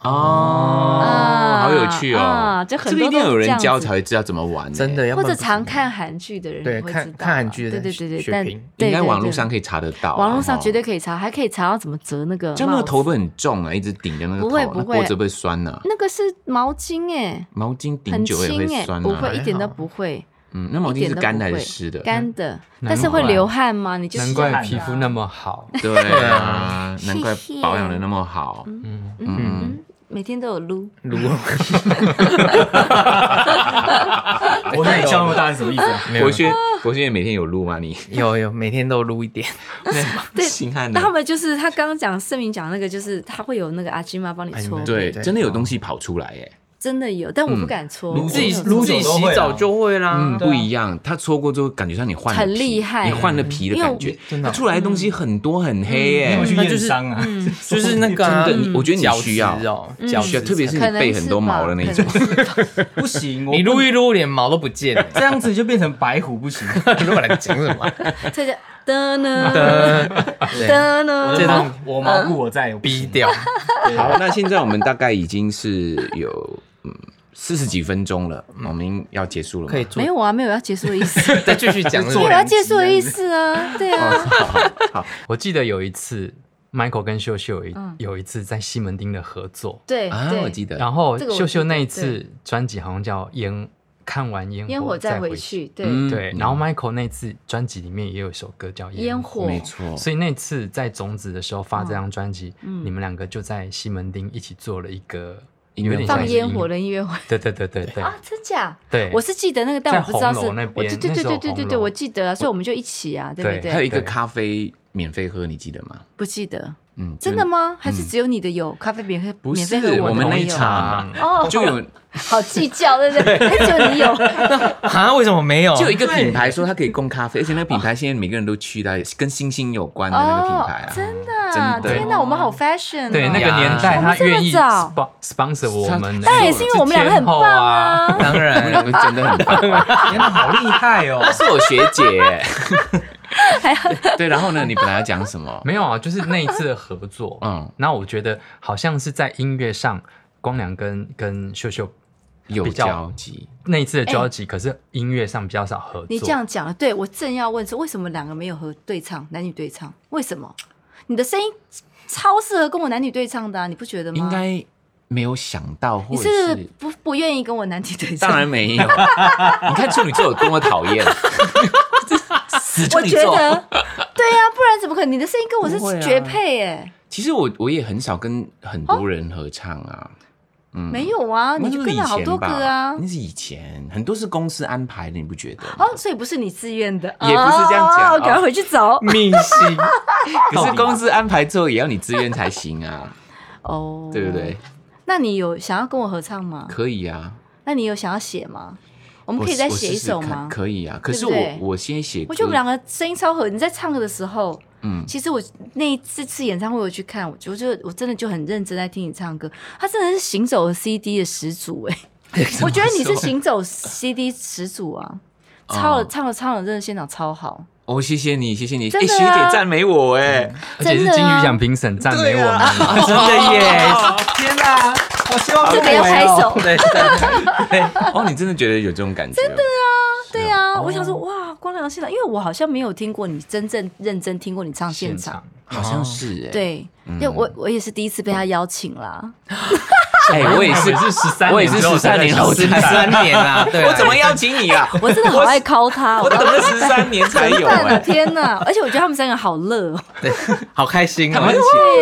B: 哦，
F: 啊，
B: 好有趣哦！
F: 啊，就
B: 这
F: 很
B: 个
F: 多
B: 一定要有
F: 都是这
B: 人
F: 样
B: 教
F: 子
B: 才会知道怎么玩、欸
D: 真。的，要不
F: 或
D: 然
F: 者
D: 不
F: 常
D: 行
F: 看韩剧的人
D: 对
F: 也会
D: 看
F: 知道
D: 看韩
F: 吧
D: 剧的
F: 对
D: 人
F: 对对对，
D: 学
F: 但
D: 评
F: 对
B: 应该
F: 对
B: 网络
F: 对
B: 上可以查得到啊、
F: 网络上
B: 哦
F: 绝对可以查，还可以查到怎么折那个
B: 这样那
F: 帽
B: 个
F: 子
B: 头会很重啊，一直顶着那个头，
F: 不会
B: 那
F: 不会
B: 脖子会不会酸呢、
F: 那个是毛巾哎，
B: 毛巾顶
F: 很
B: 久也
F: 轻
B: 会
F: 哎、
B: 酸
F: 不
B: 啊。
F: 会，一点都
D: 还好
F: 不会，
B: 嗯，那毛
F: 一
B: 巾
F: 点
B: 是
F: 都
B: 干
F: 不
B: 的还是
F: 会
B: 湿的？
F: 干的，
E: 难
F: 但是会
E: 怪
F: 流汗吗？你就是
E: 难怪皮肤那么好。
F: <laughs>
B: 对啊，难怪
F: 谢谢
B: 保养的那么好。
F: 嗯，每天都有撸，
D: 撸，
C: 我那你敲那么大是什么意思啊？
D: 没有
B: 国轩，国轩也每天有录吗？你
D: 有有每天都撸一点，
B: 心汉
F: 那
B: 的
F: 他，们就是他刚刚讲盛明讲那个，就是他会有那个阿金妈帮你
D: 哎你
F: 搓
D: 们，
B: 对，
D: 对
B: 真的有东西跑出来耶，
F: 真的有，但我不敢搓，我
D: 自
F: 没
D: 己
F: 有
D: 撸
F: 搓
D: 自己
C: 久都
D: 洗
C: 会啊
D: 澡就会啦
B: 嗯，。不一样。他搓过之后，感觉像你换了
F: 很
B: 皮
F: 厉害
B: 你换了皮的感觉，
D: 真的
B: 它
D: 哦
B: 出来的东西很多很黑
C: 你有
B: 耶。
C: 没有去
D: 嗯那就
F: 嗯
C: 验
D: 是
C: 伤啊？
D: 就是那个啊
B: 真的你我觉得你
D: 角
B: 需要
D: 质哦
F: 嗯，
D: 角
B: 需要
D: 质，
B: 特别是
F: 可能
B: 背很多
F: 是吧
B: 毛的那种，
F: 可能是
C: <laughs> 不行，我，
D: 你撸一撸，连毛都不见了 <laughs>
C: 这样子就变成白虎不行。
D: 你撸来讲什么？
F: 这叫噔呢
D: 呃，对
F: 噔
C: <laughs>
F: 呢，
C: 我
D: 这
C: 毛
D: 种
C: 我毛骨我在，我不
D: 逼
C: 行
D: 嗯掉，
B: <laughs> 好，那现在我们大概已经是有嗯四十几分钟了，我们已经要结束了吗，
D: 可以做
F: 没，有啊，没有要结束的
D: <laughs>
F: 意思，
D: 再继续讲这
F: 没有
D: 个
F: 要结束的意思啊，对
B: 哦
F: 啊，
E: 我记得有一次，Michael 跟秀秀有一
F: 嗯
E: 有一次在西门町的合作，
F: 对
B: 啊，我记
F: 对，
B: 得，
E: 然后
F: 这个我
E: 秀
F: 记
E: 秀
F: 得
E: 那一次专辑好像叫《烟》，看完烟
F: 烟火
E: 再
F: 再回
E: 去。
F: 去，对，
B: 嗯
E: 对，然后 Michael 那次专辑里面也有一首歌叫《
F: 烟火嗯
B: 没错，
E: 所以那次在种子的时候发这张专辑，你们两个就在西门町一起做了一个
B: 音乐
E: 有点
B: 会
E: 像
F: 放
E: 是
F: 烟火的音乐会
E: 对对对对对
F: 啊，真假？
E: 对，
F: 我是记得那个，但
E: 在
F: 我不知道是
E: 红楼那边
F: 我对对对
E: 那时候
F: 对对对
E: 红
F: 对，
E: 楼
F: 我记得啊，所以我们就一起啊，对不
E: 对
B: 还有
F: 对？
B: 一个
E: 对
B: 咖啡免费喝，你记得吗？
F: 不记得，
B: 嗯，
F: 真的吗？还是只有你的有咖啡免费？
B: 不
F: 免
B: 是
F: 费和
B: 我
F: 的
B: 们那
F: 没
B: 一
F: 有
B: 场
F: 哦，
B: 就有
F: 好计较，对不
B: <laughs>
F: 对？哎只有你有，
D: 啊，为什么没有？
B: 就有一个品牌说它可以供咖啡，而且那个品牌现在每个人都去的，跟星星有关的那个品牌啊。
F: 哦真的啊，
B: 真的
F: 天哪，我们好 fashion 哦。
E: 对那个
D: 呀
E: 年代，
F: 我
E: 他
F: 们这么
E: 愿意
F: 早
E: spon- sponsor 我们，
F: 当然哎也是因为我们两个很棒
E: 啊。
F: 啊。
D: 当
B: 我们
D: 然，
B: 两个真的很棒，
D: 天
C: 啊
D: 哪，好厉害 <laughs> 哦！
B: 她是我学姐欸。
F: <laughs>
B: 对，然后呢？你本来要讲什么？
E: 没有啊，就是那一次的合作，
B: 嗯，
E: 那我觉得好像是在音乐上，光良跟跟秀秀
B: 有
E: 比较
B: 交集，
E: 那一次的交集，可是音乐上比较少合作。
F: 哎你这样讲了，对我正要问是为什么两个没有和对唱，男女对唱，为什么？你的声音 <laughs> 超适合跟我男女对唱的啊，你不觉得吗？
B: 应该没有想到，或
F: 你
B: 者
F: 是
B: 是
F: 不不愿意跟我男女对唱？
B: 当然没有。你看处女座有多么讨厌，死处
F: 我
B: 女
F: 觉得，对
B: 座。
F: 呀、不然怎么可能？你的声音跟我是
B: 不会啊
F: 绝配哎、
B: 其实我我也很少跟很多人合唱啊，嗯，
F: 没有啊，
B: 那
F: 你
B: 是
F: 就
B: 以前
F: 跟了
B: 吧，嗯
F: 好多个啊。
B: 那是以前很多是公司安排的，你不觉得吗？
F: 哦，所以不是你自愿的，
B: 也不是这样讲
F: 哦赶快
B: 哦
F: 回
B: <laughs>
F: 去找。
D: 明星，
B: 可是公司安排之后也要你自愿才行啊， <laughs>
F: 哦，
B: 对不对？？
F: 那你有想要跟我合唱吗？
B: 可以啊，
F: 那你有想要写吗？
B: 我
F: 我们可以
B: 试
F: 再
B: 我
F: 写
B: 试
F: 一
B: 试
F: 首
B: 看
F: 吗？
B: 可以啊，可
F: 对
B: 是
F: 不
B: 我
F: 对
B: 我先写歌，
F: 我觉得我们两个声音超合，你在唱歌的时候，
B: 嗯
F: 其实我那一次次演唱会我去看，我就就我真的就很认真在听你唱歌，他真的是行走的 CD 的始祖哎、
B: <laughs>
F: 我觉得你是行走 CD 始祖啊，超了、
B: 哦
F: 唱了唱了，真的现场超好，
B: 哦，谢谢你，谢谢你，
F: 真
B: 哎，
F: 的
B: 学
F: 啊
B: 姐赞美我
F: <laughs>
B: 哎，
E: 而且是
F: 真的
E: 金
F: 啊
E: 鱼奖评审赞美我们，
D: 真的耶！天哪，我希望
F: 这个要拍手
D: 对对对，
B: 哦，你真的觉得有这种感觉？真的
F: 对啊，我想说哇，光良现场，因为我好像没有听过你真正认真听过你唱现场，
B: 好像是哎，，
F: 啊对，嗯因为我我也是第一次被他邀请 <laughs> 啦，
B: 哎，我也是
E: 也，是十三，
B: 我也是十三年后
D: 十
B: 才
D: 三年啦，对，
B: 我怎么邀请你
F: <laughs>
B: 啊？
F: 我真的好爱 call 他，
B: 我等了十三年才
F: <laughs>
B: 有
F: 赞了
B: 哎。
F: 天哪！而且我觉得他们三个好热哦。
D: 对好开心
B: 他
D: 哦
B: 们？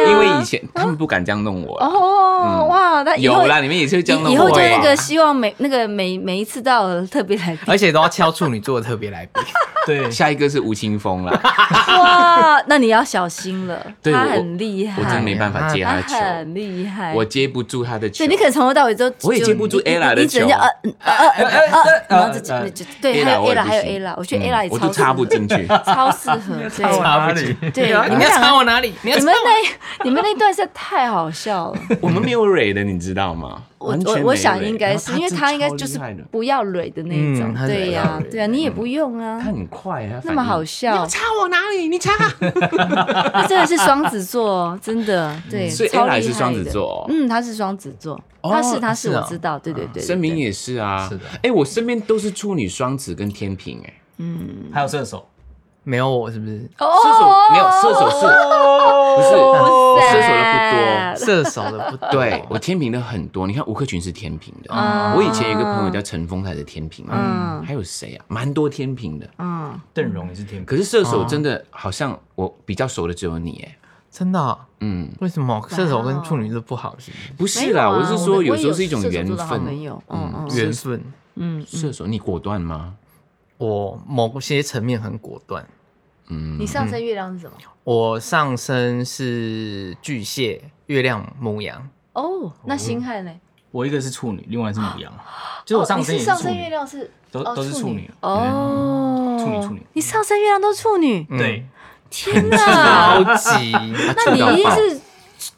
B: 因为以前他们不敢这样弄我啊，
F: <laughs> 啊哦，哇，那以后
B: 有啦，你们也是会这样弄
F: 以
B: 我
F: 以后就那个
B: 啊
F: 希望每那个每每一次到了特别来宾， <laughs>
D: 而且都要敲处女座的特别来 <laughs> 宾，
C: 对，
B: 下一个是吴青峰啦，
F: 哇，那你要小心了，
B: 对
F: 他
B: 我
F: 很厉害，
B: 我真没办法接他
F: 他
B: 的球，
F: 很厉害，
B: 我接不住他的球。
F: 所以你可能从头到尾都
B: 我也
F: 就
B: 接不住
F: 你
B: Ella
F: 你
B: 的
F: 你只能
B: 球哎
F: 叫呃嗯呃呃呃呃，然后自己
D: 呃
F: 你就对，还
B: Ella
F: 有
B: 哎我也
F: Ella
B: 不
F: 还有
B: 行
F: Ella，我觉
B: 嗯
F: 得 Ella 也
B: 我
F: 超
B: 都
F: 适
B: 插不
F: 合，
B: 进去。
F: 超
D: <laughs>
F: 适合，对
D: 哪里？
F: 对，你
D: 你
F: 们
D: 要
F: 两
D: 插
F: 个。
D: 我哪里？你要
F: 你
D: 插
F: 们那、你们那段实在太好笑了，
B: 我们没有蕊的，你知道吗？
F: 我
B: 完全
F: 我
B: 没
F: 我
B: 蕊
F: 想应该是
B: 然后
F: 因为他应该
B: 真
F: 就
B: 的
F: 是
B: 超厉害的
F: 不要蕊的那一种
D: 嗯，他是
F: 对
D: 不
F: 呀、
D: 要
F: 对呀、你
B: 嗯
F: 也不用啊，
B: 他很快啊，他
F: 那
B: 反
F: 么
B: 应
F: 好笑，插我哪里？你插，他真的是双子座，真的对，
B: 嗯所以
F: 超
B: Ella
F: 厉害
B: 也
F: 的
B: 是双子座哦
F: 嗯，他是双子座，
B: 哦嗯
F: 他是他是
D: 是
F: 我
D: 哦
F: 知道，对对对，
B: 声明也是啊，
E: 是的
B: 哎，我身边都是处女、双子跟天平，哎，
C: 还有射手，
D: 没有我是不是？
F: 射
B: 射手
F: 哦
B: 没有，射手是不是射手的
F: 不
D: 射手的不
B: 不多？对我天平的很多，你看吴克群是天平的，我以前有一个朋友叫陈峰，他是天平嘛，
F: 啊嗯
B: 还有谁啊？蛮多天平的。
F: 嗯，
C: 邓荣也是天平，
B: 可是射
F: 哦
B: 手真的好像我比较熟的只有你，哎，
D: <laughs> 真的啊？
B: 嗯，
D: 为什
F: 哦
D: 么射手跟处女座不好是不是
B: 不
F: 没
B: 是
F: 有
B: 啦，
F: 啊
B: 我是说
F: 们
B: 有
F: 我也
B: 时候是一种
F: 射手座
B: 缘
F: 的好
B: 分
F: 朋。友，嗯嗯
D: 缘分？
F: 嗯嗯，
B: 射手，你果断吗？
D: 我某些层面很果断。
B: 嗯，
F: 你上升月亮是什么？
D: 我上身是巨蟹，月亮母
F: <laughs>
D: 羊，
F: 哦，那星汉呢？
C: 我一个是处女，另外是母羊，就是我上
F: 哦
C: 升
F: 你
C: 也是
F: 是上
C: 处
F: 升月
C: 女，
F: 亮是
C: 都
F: 哦
C: 都是处女啊
F: 哦，
C: 处女处女
F: 你上升月亮都处女，
D: 嗯
C: 对， <laughs>
F: 天
C: 啊
D: 超
F: 哪！
D: 级
F: 那
B: 处
F: 你一
B: 到
F: 定
B: 爆
F: 是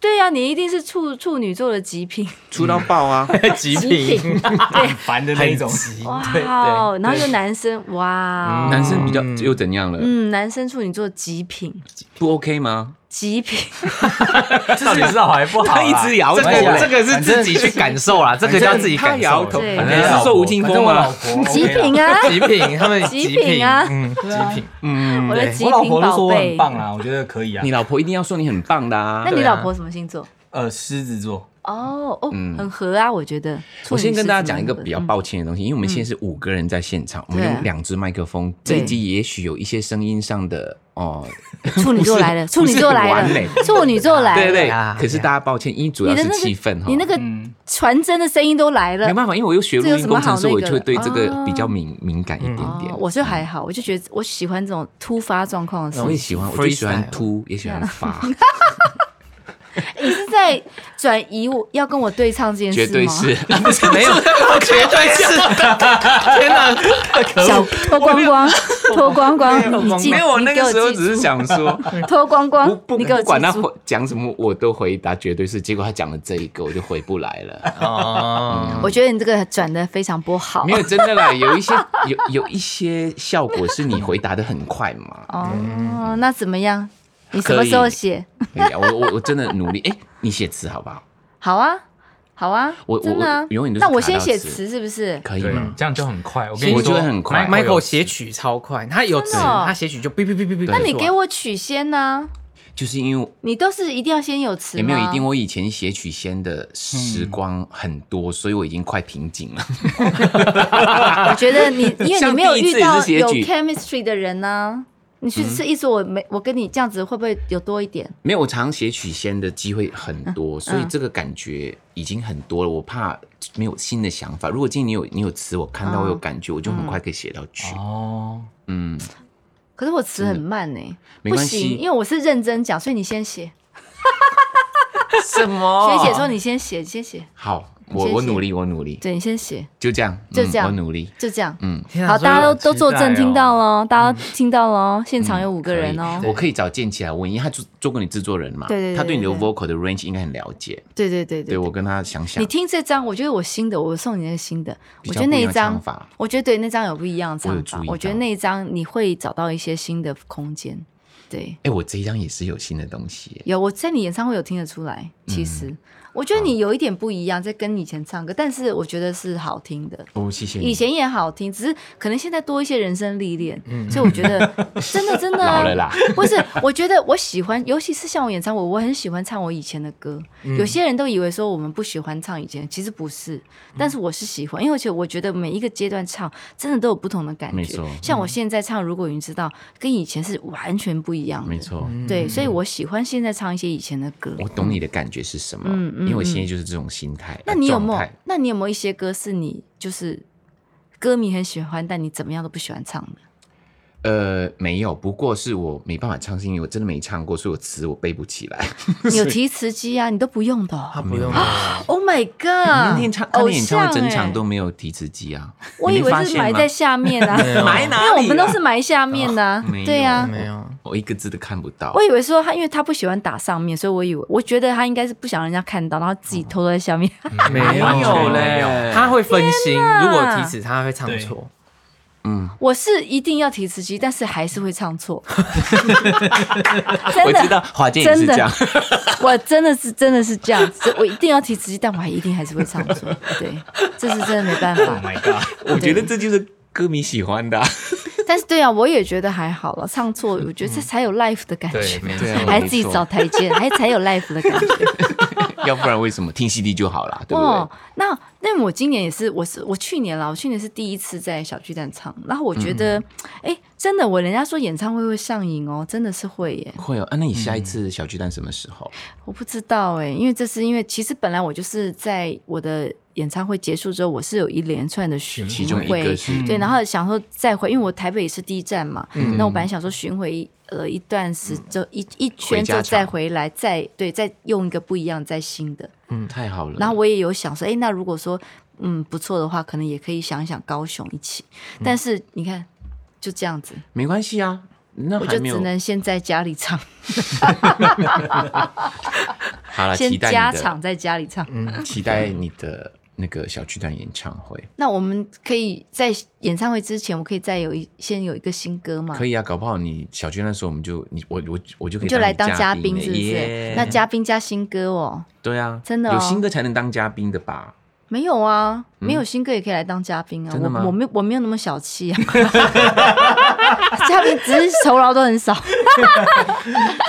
F: 对啊，你一定是处处女座的
C: <laughs>
F: 极品，
B: 出到爆啊！
D: 极
F: 极品
D: 品，
C: 很烦的那一种，
F: 哇
C: 对嗯
F: 哦！
C: 对
F: 然后又男生，哇哦，
B: 男生比较又怎样了？
F: 嗯，男生处女座极品，
B: 不 OK 吗？
F: 极品，
C: 到底是好还不好啊啦？
B: 摇
D: 这
C: 哎
F: <laughs>
C: 呀
D: 个这个是自己去感受啦，这个叫自己感受。
F: 对
B: 反正是受吴青
C: 反正
B: 峰
C: <laughs> 我老
B: 嘛。
C: 婆
F: <laughs> 极品啊！
D: 极品，
F: <laughs>
D: 他们
F: 极品啊
D: 嗯，极品，
F: 我的极
C: 嗯我老
F: 品
C: 婆都说
F: 宝
C: 我
F: 贝
C: 很。棒啦，我觉得可以啊
B: 你。老婆一定要说你很棒的啊
F: 那！你
D: 对啊
F: 老婆什么星座？
C: 呃，狮子座，
F: 哦哦，很合啊，我觉得。
B: 嗯我先跟大家讲一个比
F: 比
B: 较
F: 较
B: 抱歉的东西，因为我们现在是五个人在现场，我们
F: 嗯对
B: 用两只麦克风，这
F: 对
B: 一集也许有一些声音上的哦，
F: 嗯处女座来了，处女座来
B: 不是很
F: 了
B: 完美，
F: 处女座来了，
B: 对对对
D: 啊，
B: 可是大家抱歉，因为主
F: 哎你
B: 要
F: 的
B: 是
F: 那个
B: 气氛哈，
F: 你那个
C: 嗯
F: 传真的声音都来了
B: 没。办法，因为我又学录
F: 这有
B: 音
F: 什么
B: 工程
F: 好
B: 师，我
F: 那
B: 就会
F: 个的
B: 对这个
F: 哦
B: 比较敏敏感一点点
F: 哦，。我就还好，我就觉得我喜欢这种突发状况的事
B: 我也
F: 情。
B: 喜欢，我就喜欢
D: Freestyle
F: 哦
B: 秃，也喜欢发，
F: <laughs> 你是在转移我要跟我对唱这件事吗？
B: 绝对
F: <laughs>
B: 是。
D: 没有，绝对是天哪！
F: 小脱光光，脱光光， <laughs> 你进，
B: 没有，我
F: 你
B: 那
F: 给
B: 个
F: 我
B: 时候
F: 记
B: 只是
F: 住
B: 想说，
F: <laughs> 脱光
B: 不
F: 光，
B: 不
F: <laughs> 你给我
B: 不管
F: 记
B: 他
F: 住
B: 回讲什么，我都回答绝对是。结果他讲了这一个，我就回不来
F: <laughs>
B: 了。
D: 哦，
F: 我觉得你这个转的非常不
B: 嗯
F: 好
B: 没。有真的啦，有一些有有一些效果是你回答的很快嘛。
F: 哦，那怎么样？你什么时候写？
B: 哎呀，我我我真的努力。哎，你写词好不好？
F: 好啊，好啊，
B: 我我
F: 真的啊
B: 我永远都是
F: 那我
B: 卡
F: 先
B: 到
F: 写
B: 词
F: 词是不是？
B: 可以
E: 对
B: 吗，？
E: 这样就很快。我跟你
B: 嗯我觉
E: 说，
B: 得很快哎
E: Michael 有
D: Michael 写曲超快，他有词，
F: 真的哦
D: 他写曲就哔哔哔哔哔。
F: 那
B: 啊
F: 你给
D: 我
F: 我曲先呢？
B: 就是因为
F: 你都是一定要先有词
B: 也
F: 吗？嗯
B: 没有一定。我以前写曲先的时光很多，所以我已经快瓶颈了。 <laughs>
F: 我觉得你，因为你
B: 像
F: 没有
B: 第一次也是
F: 遇到
B: 写
F: 有
B: 举嗯
F: chemistry 的人呢、你去试一说，我没，我跟你这样子会不会有多一点？
B: 没有，我常写曲先的机会很
F: 嗯
B: 多，所以这个感觉已经很多了。我怕没有新的想法。如果今天你有你有词，我看到
F: 嗯
B: 我有感觉，我就很快可以写到曲。
C: 哦，
B: 嗯，
F: 可是我词很慢呢、
B: 没
F: 不
B: 关
F: 行，因
B: 系。
F: 为我是认真讲，所以你先写。
B: 什么
F: 学姐说你先写，你先写，
B: 好，
F: 你先
B: 我
F: 写
B: 我努力，我努力，
F: 对你先写，
B: 就这样，
F: 就这样
B: 嗯我努力。
F: 就这样。
B: 嗯，
D: 啊
F: 好，大家都都
D: 哦
F: 作证听到了，大家都听到了，现场有五个人哦
B: 嗯可以。我可以找建奇来问，因为他做做过你制作人嘛，
F: 对对对
B: 他对你的
F: 对对
B: vocal 的 range 应该很了解。
F: 对对对
B: 对我跟他想想
F: 你，听这张，我觉得我新的，我送你那个新的，
B: 比
F: 我
B: 较
F: 觉得那
B: 不一
F: 一
B: 样的
F: 张
B: 唱法，
F: 我觉得对那张有不一样的
B: 我有
F: 唱法
B: 注意，
F: 我觉得
B: 到
F: 那一张你会找到一些新的空间。对，
B: 哎，我这一张也是有新的东西耶。
F: 有我在你演唱会有听得出来，
B: 嗯
F: 其实、我觉得你有一点不一样，在跟你以前唱歌，但是我觉得是好听的。
B: 哦，谢谢你。
F: 以前也好听，只是可能现在多一些人生历练，所以我觉得真的真的、啊、
B: 嗯 <laughs> 老了啦
F: <laughs> 不是，我觉得我喜欢，尤其是像我演唱会，我很喜欢唱我以前的歌。
B: 嗯
F: 有些人都以为说我们不喜欢唱以前，其实不是，但是我是喜欢，因为而且我觉得每一个阶段唱真的都有不同的感
B: 没
F: 觉
B: 错。嗯
F: 像我现在唱《如果云知道》，跟以前是完全不一样的。
B: 没错。嗯
F: 对，所以我喜欢现在唱一些以前的歌。
B: 我懂你的感觉是什么，
F: 嗯嗯
B: 因为我现在就是这种心态。
F: 那你有没
B: 状
F: 有
B: 态？
F: 那你有没有一些歌是你就是歌迷很喜欢，但你怎么样都不喜欢唱的？
B: <laughs> 呃，没有，不过是我没办法唱，是因为我真的没唱过，所以我词我背不起来。
F: 你有提词机啊，你都不用的哦、
D: 他不用，
F: Oh my
B: 那
F: god！
B: 天唱，那
F: 偶
B: 天演唱
F: 像
B: 会整场
F: 欸
B: 都没有提词机啊，
F: 我
B: 你
F: 以
B: 没
F: 为
B: 发
F: 是
B: 现
F: 埋
B: 吗
F: 在下面
B: <laughs>
F: 啊，
D: 埋
F: 因为我们都是埋下面的、啊
B: 没有
F: 对呀、
D: 没有，
B: 我一个字都看不到
F: 我。以为说他，因为他不喜欢打上面，所以我以为，我觉得他应该是不想让人家看到，然后自
B: 嗯
F: 己偷偷在
B: <laughs>
F: 下面。
D: 没
B: 没有嘞，
D: 他会分心，如果提词他会唱错，
B: 嗯，
F: 我是一定要提词机，但是还是会唱错。
B: 我 <laughs>
F: 真
B: 知
F: 的，
B: 道华健也是
F: 真的 <laughs>
B: 这样，
F: 我真的是真的是这样子，我一定要提词机，但我还一定还是会唱错。对，这是真的没办法
C: Oh。my
B: 嗯
C: god！ <laughs>
B: 我觉得这就是歌迷喜欢
F: <laughs>
B: 的啊。
F: 但是对啊，我也觉得还好了，唱错，我觉得这才有 life 的感觉
E: 对，，没
B: 嗯对啊
F: 还自己
B: 没错
F: 找台阶，还才有 life 的感觉。
B: 要不然为什么听 CD 就好啦，对不
F: 哦
B: 对？，
F: 那那我今年也是，我是我去年啦，我去年是第一次在小巨蛋唱，然后我觉
B: 嗯
F: 得，哎、真的，我人家说演唱会会上瘾哦，真的是会耶，
B: 会哦，啊那
F: 嗯
B: 你下一次小巨蛋什么时候？
F: 我不知道哎，因为这是因为其实本来我就是在我的演唱会结束之后，我是有一连串的巡
B: 其中一
F: 回
B: 个是嗯
F: 对，然后想说再回，因为我台北也是第一站嘛，那我本来想说巡回呃一段时就一一圈
B: 嗯回
F: 之
B: 家
F: 后再
B: 场
F: 回来，再对再用一个不一样再新的，
B: 嗯，太好了。
F: 然后我也有想说，哎，那如果说嗯不错的话，可能也可以想一想高雄一起。但是你看，就这样子，
B: 没关系啊，那
F: 我
B: 还
F: 就
B: 没
F: 只
B: 有
F: 能先在家里唱，
B: 好了，期
F: 先
B: 待
F: 加
B: 你的嗯
F: 场在家里唱。
B: 期待你的那个小巨蛋演唱会。
F: 那我们可以在演唱会之前，我可以再有一先有一个新歌嘛？
B: 可
F: 以。
B: 以啊，搞不好你小巨蛋的时候，我们就你我我我就可以
F: 嗯就来当
B: 嘉
F: 嘉宾，是不
B: 耶
F: 是？那嘉宾加新歌哦？
B: 对啊，
F: 真的哦
B: 有新歌才能当嘉宾的吧？
F: 没有啊，没有新歌也可以来当嘉宾啊。
B: 嗯真的吗
F: <laughs> 我我没有我没有那么小气啊，嘉宾只是酬劳都很少。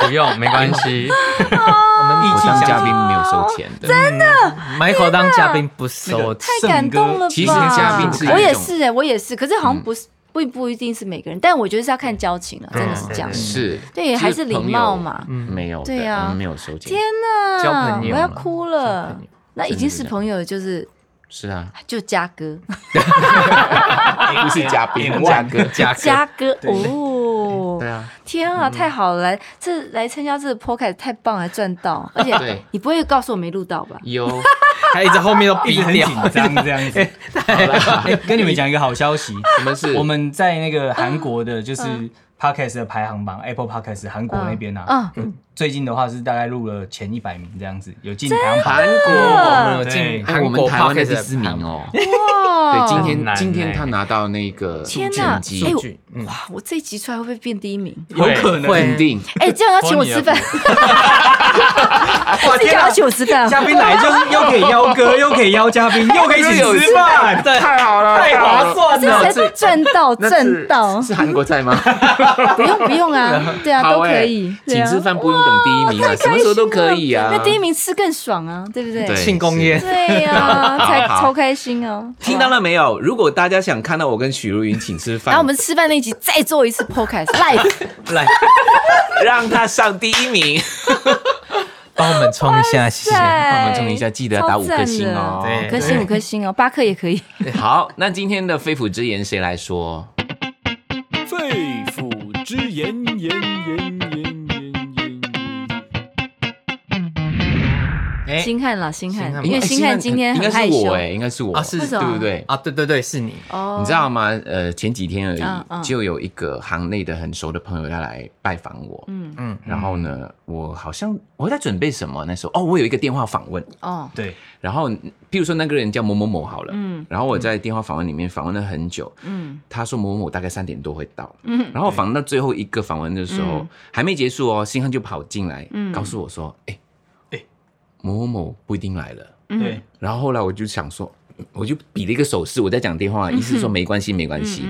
E: 不用，没关系。
B: 我们我当嘉宾没有收钱的，真的。
D: Michael 当嘉宾不收钱，
F: 太感动了吧！
B: 其实嘉宾是一
F: 我也
B: 种嗯
F: 是哎，我也是，可是好像不是不不一定是每个人，但我觉得是要看交情啊了，真的是这样。
B: 是，
F: 对还是礼貌嘛
B: 就是朋友没有的，
F: 对啊
B: 我们没有收钱
F: 天，哪，
D: 交朋友
F: 我要
D: 嘛
F: 哭了
B: 朋友。
F: 那已经是朋友了，就是
B: 是啊，
F: 就嘉哥，
B: 不是嘉宾，
C: 点
B: 嘉
C: 万
B: <laughs> 哥，嘉
F: 嘉哥哦
B: 对，啊，
F: 天啊，太好了！来这来参加这个 podcast 太棒了，还赚到，而且
B: 对
F: 你不会告诉我没录到吧？
B: 有，
D: <laughs> 他一直后面都
C: 一
D: 逼啊
C: 直很
D: 掉
C: 紧。张这样
B: <laughs>
C: 子。
B: 好啦
C: 哎，跟你们讲一个好消息，
B: 我们是，
C: 我们在那个韩国
F: 嗯
C: 的，就是 Podcast 的排行榜，Apple Podcast 韩国那边啊，
F: 嗯
C: 有最近的话是大概入了前一百名这样子，有进排行
B: 韩
C: 榜。
B: 国。
D: 我们有
C: 对
D: 进
B: 哎
D: 韩
B: 我们
D: 国
B: 台湾的
D: podcast
B: 第四名哦，
F: 哇
B: 对，今
E: 很
B: 天
E: 难
B: 今天
E: 欸
B: 他拿到那个
F: 天
B: 哪，
F: 哎
B: 绩
F: 呦，
D: 数据嗯
F: 哇，我这一集出来会不会变第
B: <laughs>
F: 一名？
C: 有可能，
B: 肯定，
F: 哎，这样要请我吃饭，这样要请我吃饭，
C: 嘉宾来就是又可以邀歌，又可以邀嘉宾，又可以一起吃饭，
B: 太好了，
C: 太划算了。
F: 这才赚到
B: 那是
F: 赚到，
B: 是韩国菜吗？
F: 不用不用啊，
B: <laughs>
F: 对啊，
B: 好
F: 都可
B: 欸
F: 以，对
B: 请
F: 啊
B: 吃饭不用等第一名啊，什么时候都可以啊。
F: 那第一名吃更爽啊，对不对？
B: 对
D: 庆功宴，
F: 对
B: <laughs>
F: 呀，才
B: 好
F: 超开心哦。
B: 听到了没有？如果大家想看到我跟许茹芸请吃饭，
F: 然后我们吃饭那一集再做一
B: <laughs>
F: 次 podcast live，
D: 来
B: 让他上第一
F: <laughs>
B: 名，
D: 帮我们冲一下，谢谢。
B: 帮
F: 帮
B: 我们冲一下，记得打五颗星哦。
D: 对
F: 五颗星五颗星哦，八颗也可以。
B: 好，那今天的肺腑之言谁来说？
A: 肺腑之言，言言言言言言。
D: 哎
F: 星汉啦，星
D: 星
F: 汉，
D: 汉
F: 因为星汉今天
B: 哎应该
F: 很
B: 是
F: 害羞
B: 我哎，应该是我
D: <laughs> 啊是
F: 为什
B: 对
F: 么
B: 不对？
D: 啊，对对对，是你
F: 哦
B: 你知道吗？呃，前几天而
F: 嗯嗯
B: 已，就有一个行内的很熟的朋友要来拜访我，
F: 嗯
B: 然后呢，我好像我在准备什么那时候哦，我有一个电话访问，
F: 哦，
C: 对，
B: 然后比如说那个人叫某某某好了，
F: 嗯
B: 然后我在电话访问里面访问了很久，
F: 嗯
B: 他说某某某大概三点多会到，
F: 嗯
B: 然后访问到最后一个访问的时候、
F: 嗯
B: 还没结束哦，星汉就跑进来、
F: 嗯
B: 告诉我说，哎、
C: 哎
B: 某某某不一定来了。
F: 嗯
C: 对，
B: 然后后来我就想说，我就比了一个手势，我在讲电
F: 嗯
B: 话，意思说没关系，没关系。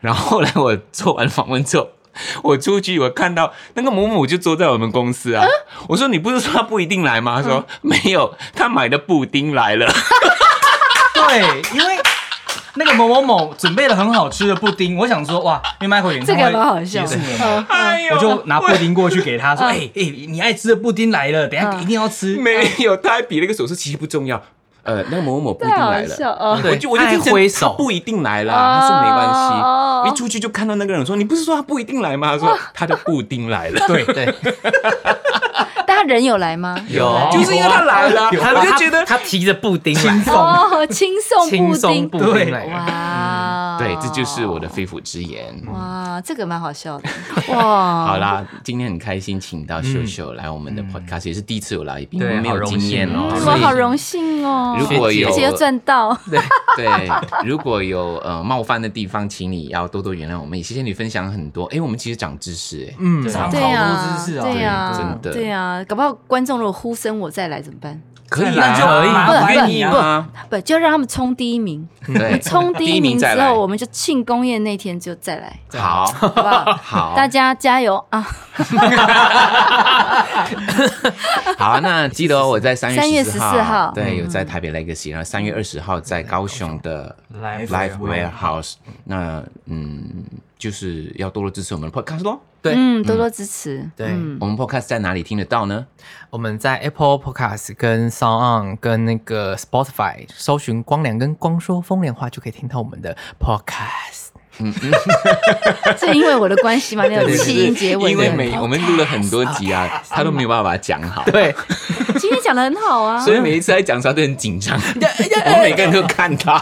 B: 然后后来我做完访问之后。 <laughs> 我出去，我看到那个某某就坐在我们公司啊。我说：“你不是说他不一定来吗？”他
F: 嗯
B: 说：“没有，他买的布丁来
F: <laughs>
B: 了。
C: 对，因为那个某某某准备了很好吃的布丁，我想说哇，因为 Michael 演
F: 这
C: 唱
F: 个还
C: 会
F: 蛮好笑
C: 结
F: 的
C: 束了。嘛，
F: 嗯
B: 哎 <laughs> 呦，
C: 我就拿布丁过去给他说：“
F: 嗯
C: 哎哎、你爱吃的布丁来了，等一下
F: 嗯
C: 一定要吃。
B: <laughs> 没有，他还比了一个手势，其实不重要。呃，那个某某某不一
F: 太
B: 定
F: 好
B: 来
F: 笑
B: 了。
F: 哦。
B: 我
D: 对
B: 就我就
D: 他还
B: 听成
D: 挥
B: 他
D: 手
B: 不一定来啦。
F: 哦
B: 他说没关系。
F: 哦
B: 我一出去就看到那个人我说：“你不是说他不一定来吗？”他说：“他的布丁来 <laughs> 了。”对，
D: <laughs> 对，
F: 但他人有来吗？
D: 有
B: 就是因为他来了，我就觉得
D: 他提着布丁来，
F: 哦，轻松
D: 轻
F: 布
D: 松
F: 丁
D: 布，丁
C: 对
D: 来，
F: 哇，
B: 嗯
F: 哦
B: 对，这就是我的。肺腑之言。
F: 哇，这个蛮好笑
B: <laughs>
F: 的，哇，
B: 好，啦，今天很开心，请到秀秀来我们的 podcast，也是第一次有来宾，
E: 对
B: 我们没有经验哦
E: 好。荣幸
F: 我好荣幸哦，
B: 如果有
F: 而且又赚到，
B: 对，如果有呃冒犯的地方，请你要多多原谅我们。也谢谢你分享很多，哎，我们其实长知识，哎，
D: 嗯，
C: 长
F: 对
C: 好
F: 呀
C: 多知识，啊，
F: 对呀
B: 真，的
F: 对呀，搞不好观众如果呼声我再来怎么办？
B: 可以啊
C: 那就
B: 啦，
C: 麻
F: 不
C: 烦
F: 不
C: 你
F: 不
C: 啊。
B: 啊，
F: 不，就让他们冲第一名，
B: 对，
F: 冲第一
B: 一
F: 名
B: 名再
F: 之
B: 来
F: 后，我们就庆功宴那天就再
B: <laughs>
F: 来，
B: 好
F: 好不好？
B: 好，
F: 大家加油啊！
B: 好啊，那记得哦我在三
F: 3月
B: 月
F: 14
B: 14
F: 号嗯
B: 对，有在台北 Legacy，然后三月二十号在高雄的
E: Live
B: Live Warehouse。那嗯，就是要多多支持我们的 Podcast 咯。
D: 对
F: 嗯，多多支持，
D: 对
F: 嗯
B: 我们 Podcast 在哪里听得到呢？
D: 我们在 Apple Podcast、跟 Sound On、跟那个 Spotify 搜寻“光良”跟“光说风凉话”，就可以听到我们的 Podcast。
F: 是因为我的
B: <laughs>
F: 关系吗？那种
B: 对
F: 气音结尾
B: 因
F: 的，
B: 为每我们录了很多集啊，他都没有办法把它讲好，
D: 对，
F: 今天讲的很好啊，
B: 所以每一次在讲的时候都很紧 <laughs> 张。我每个人都看他。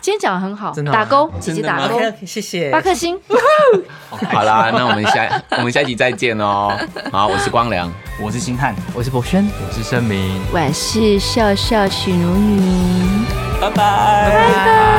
F: 今天讲的很好，
B: 啊
D: 真的吗
F: 打勾，姐姐打勾，
D: 谢谢
F: 八颗星。
B: <laughs> 好啦，那我们下我们下集再见哦。 <laughs> 好，我是光良。
C: 我是星汉，
D: 我是博轩。
E: 我是声明。
F: 晚是笑笑许茹芸，
C: 拜拜。
F: 拜拜。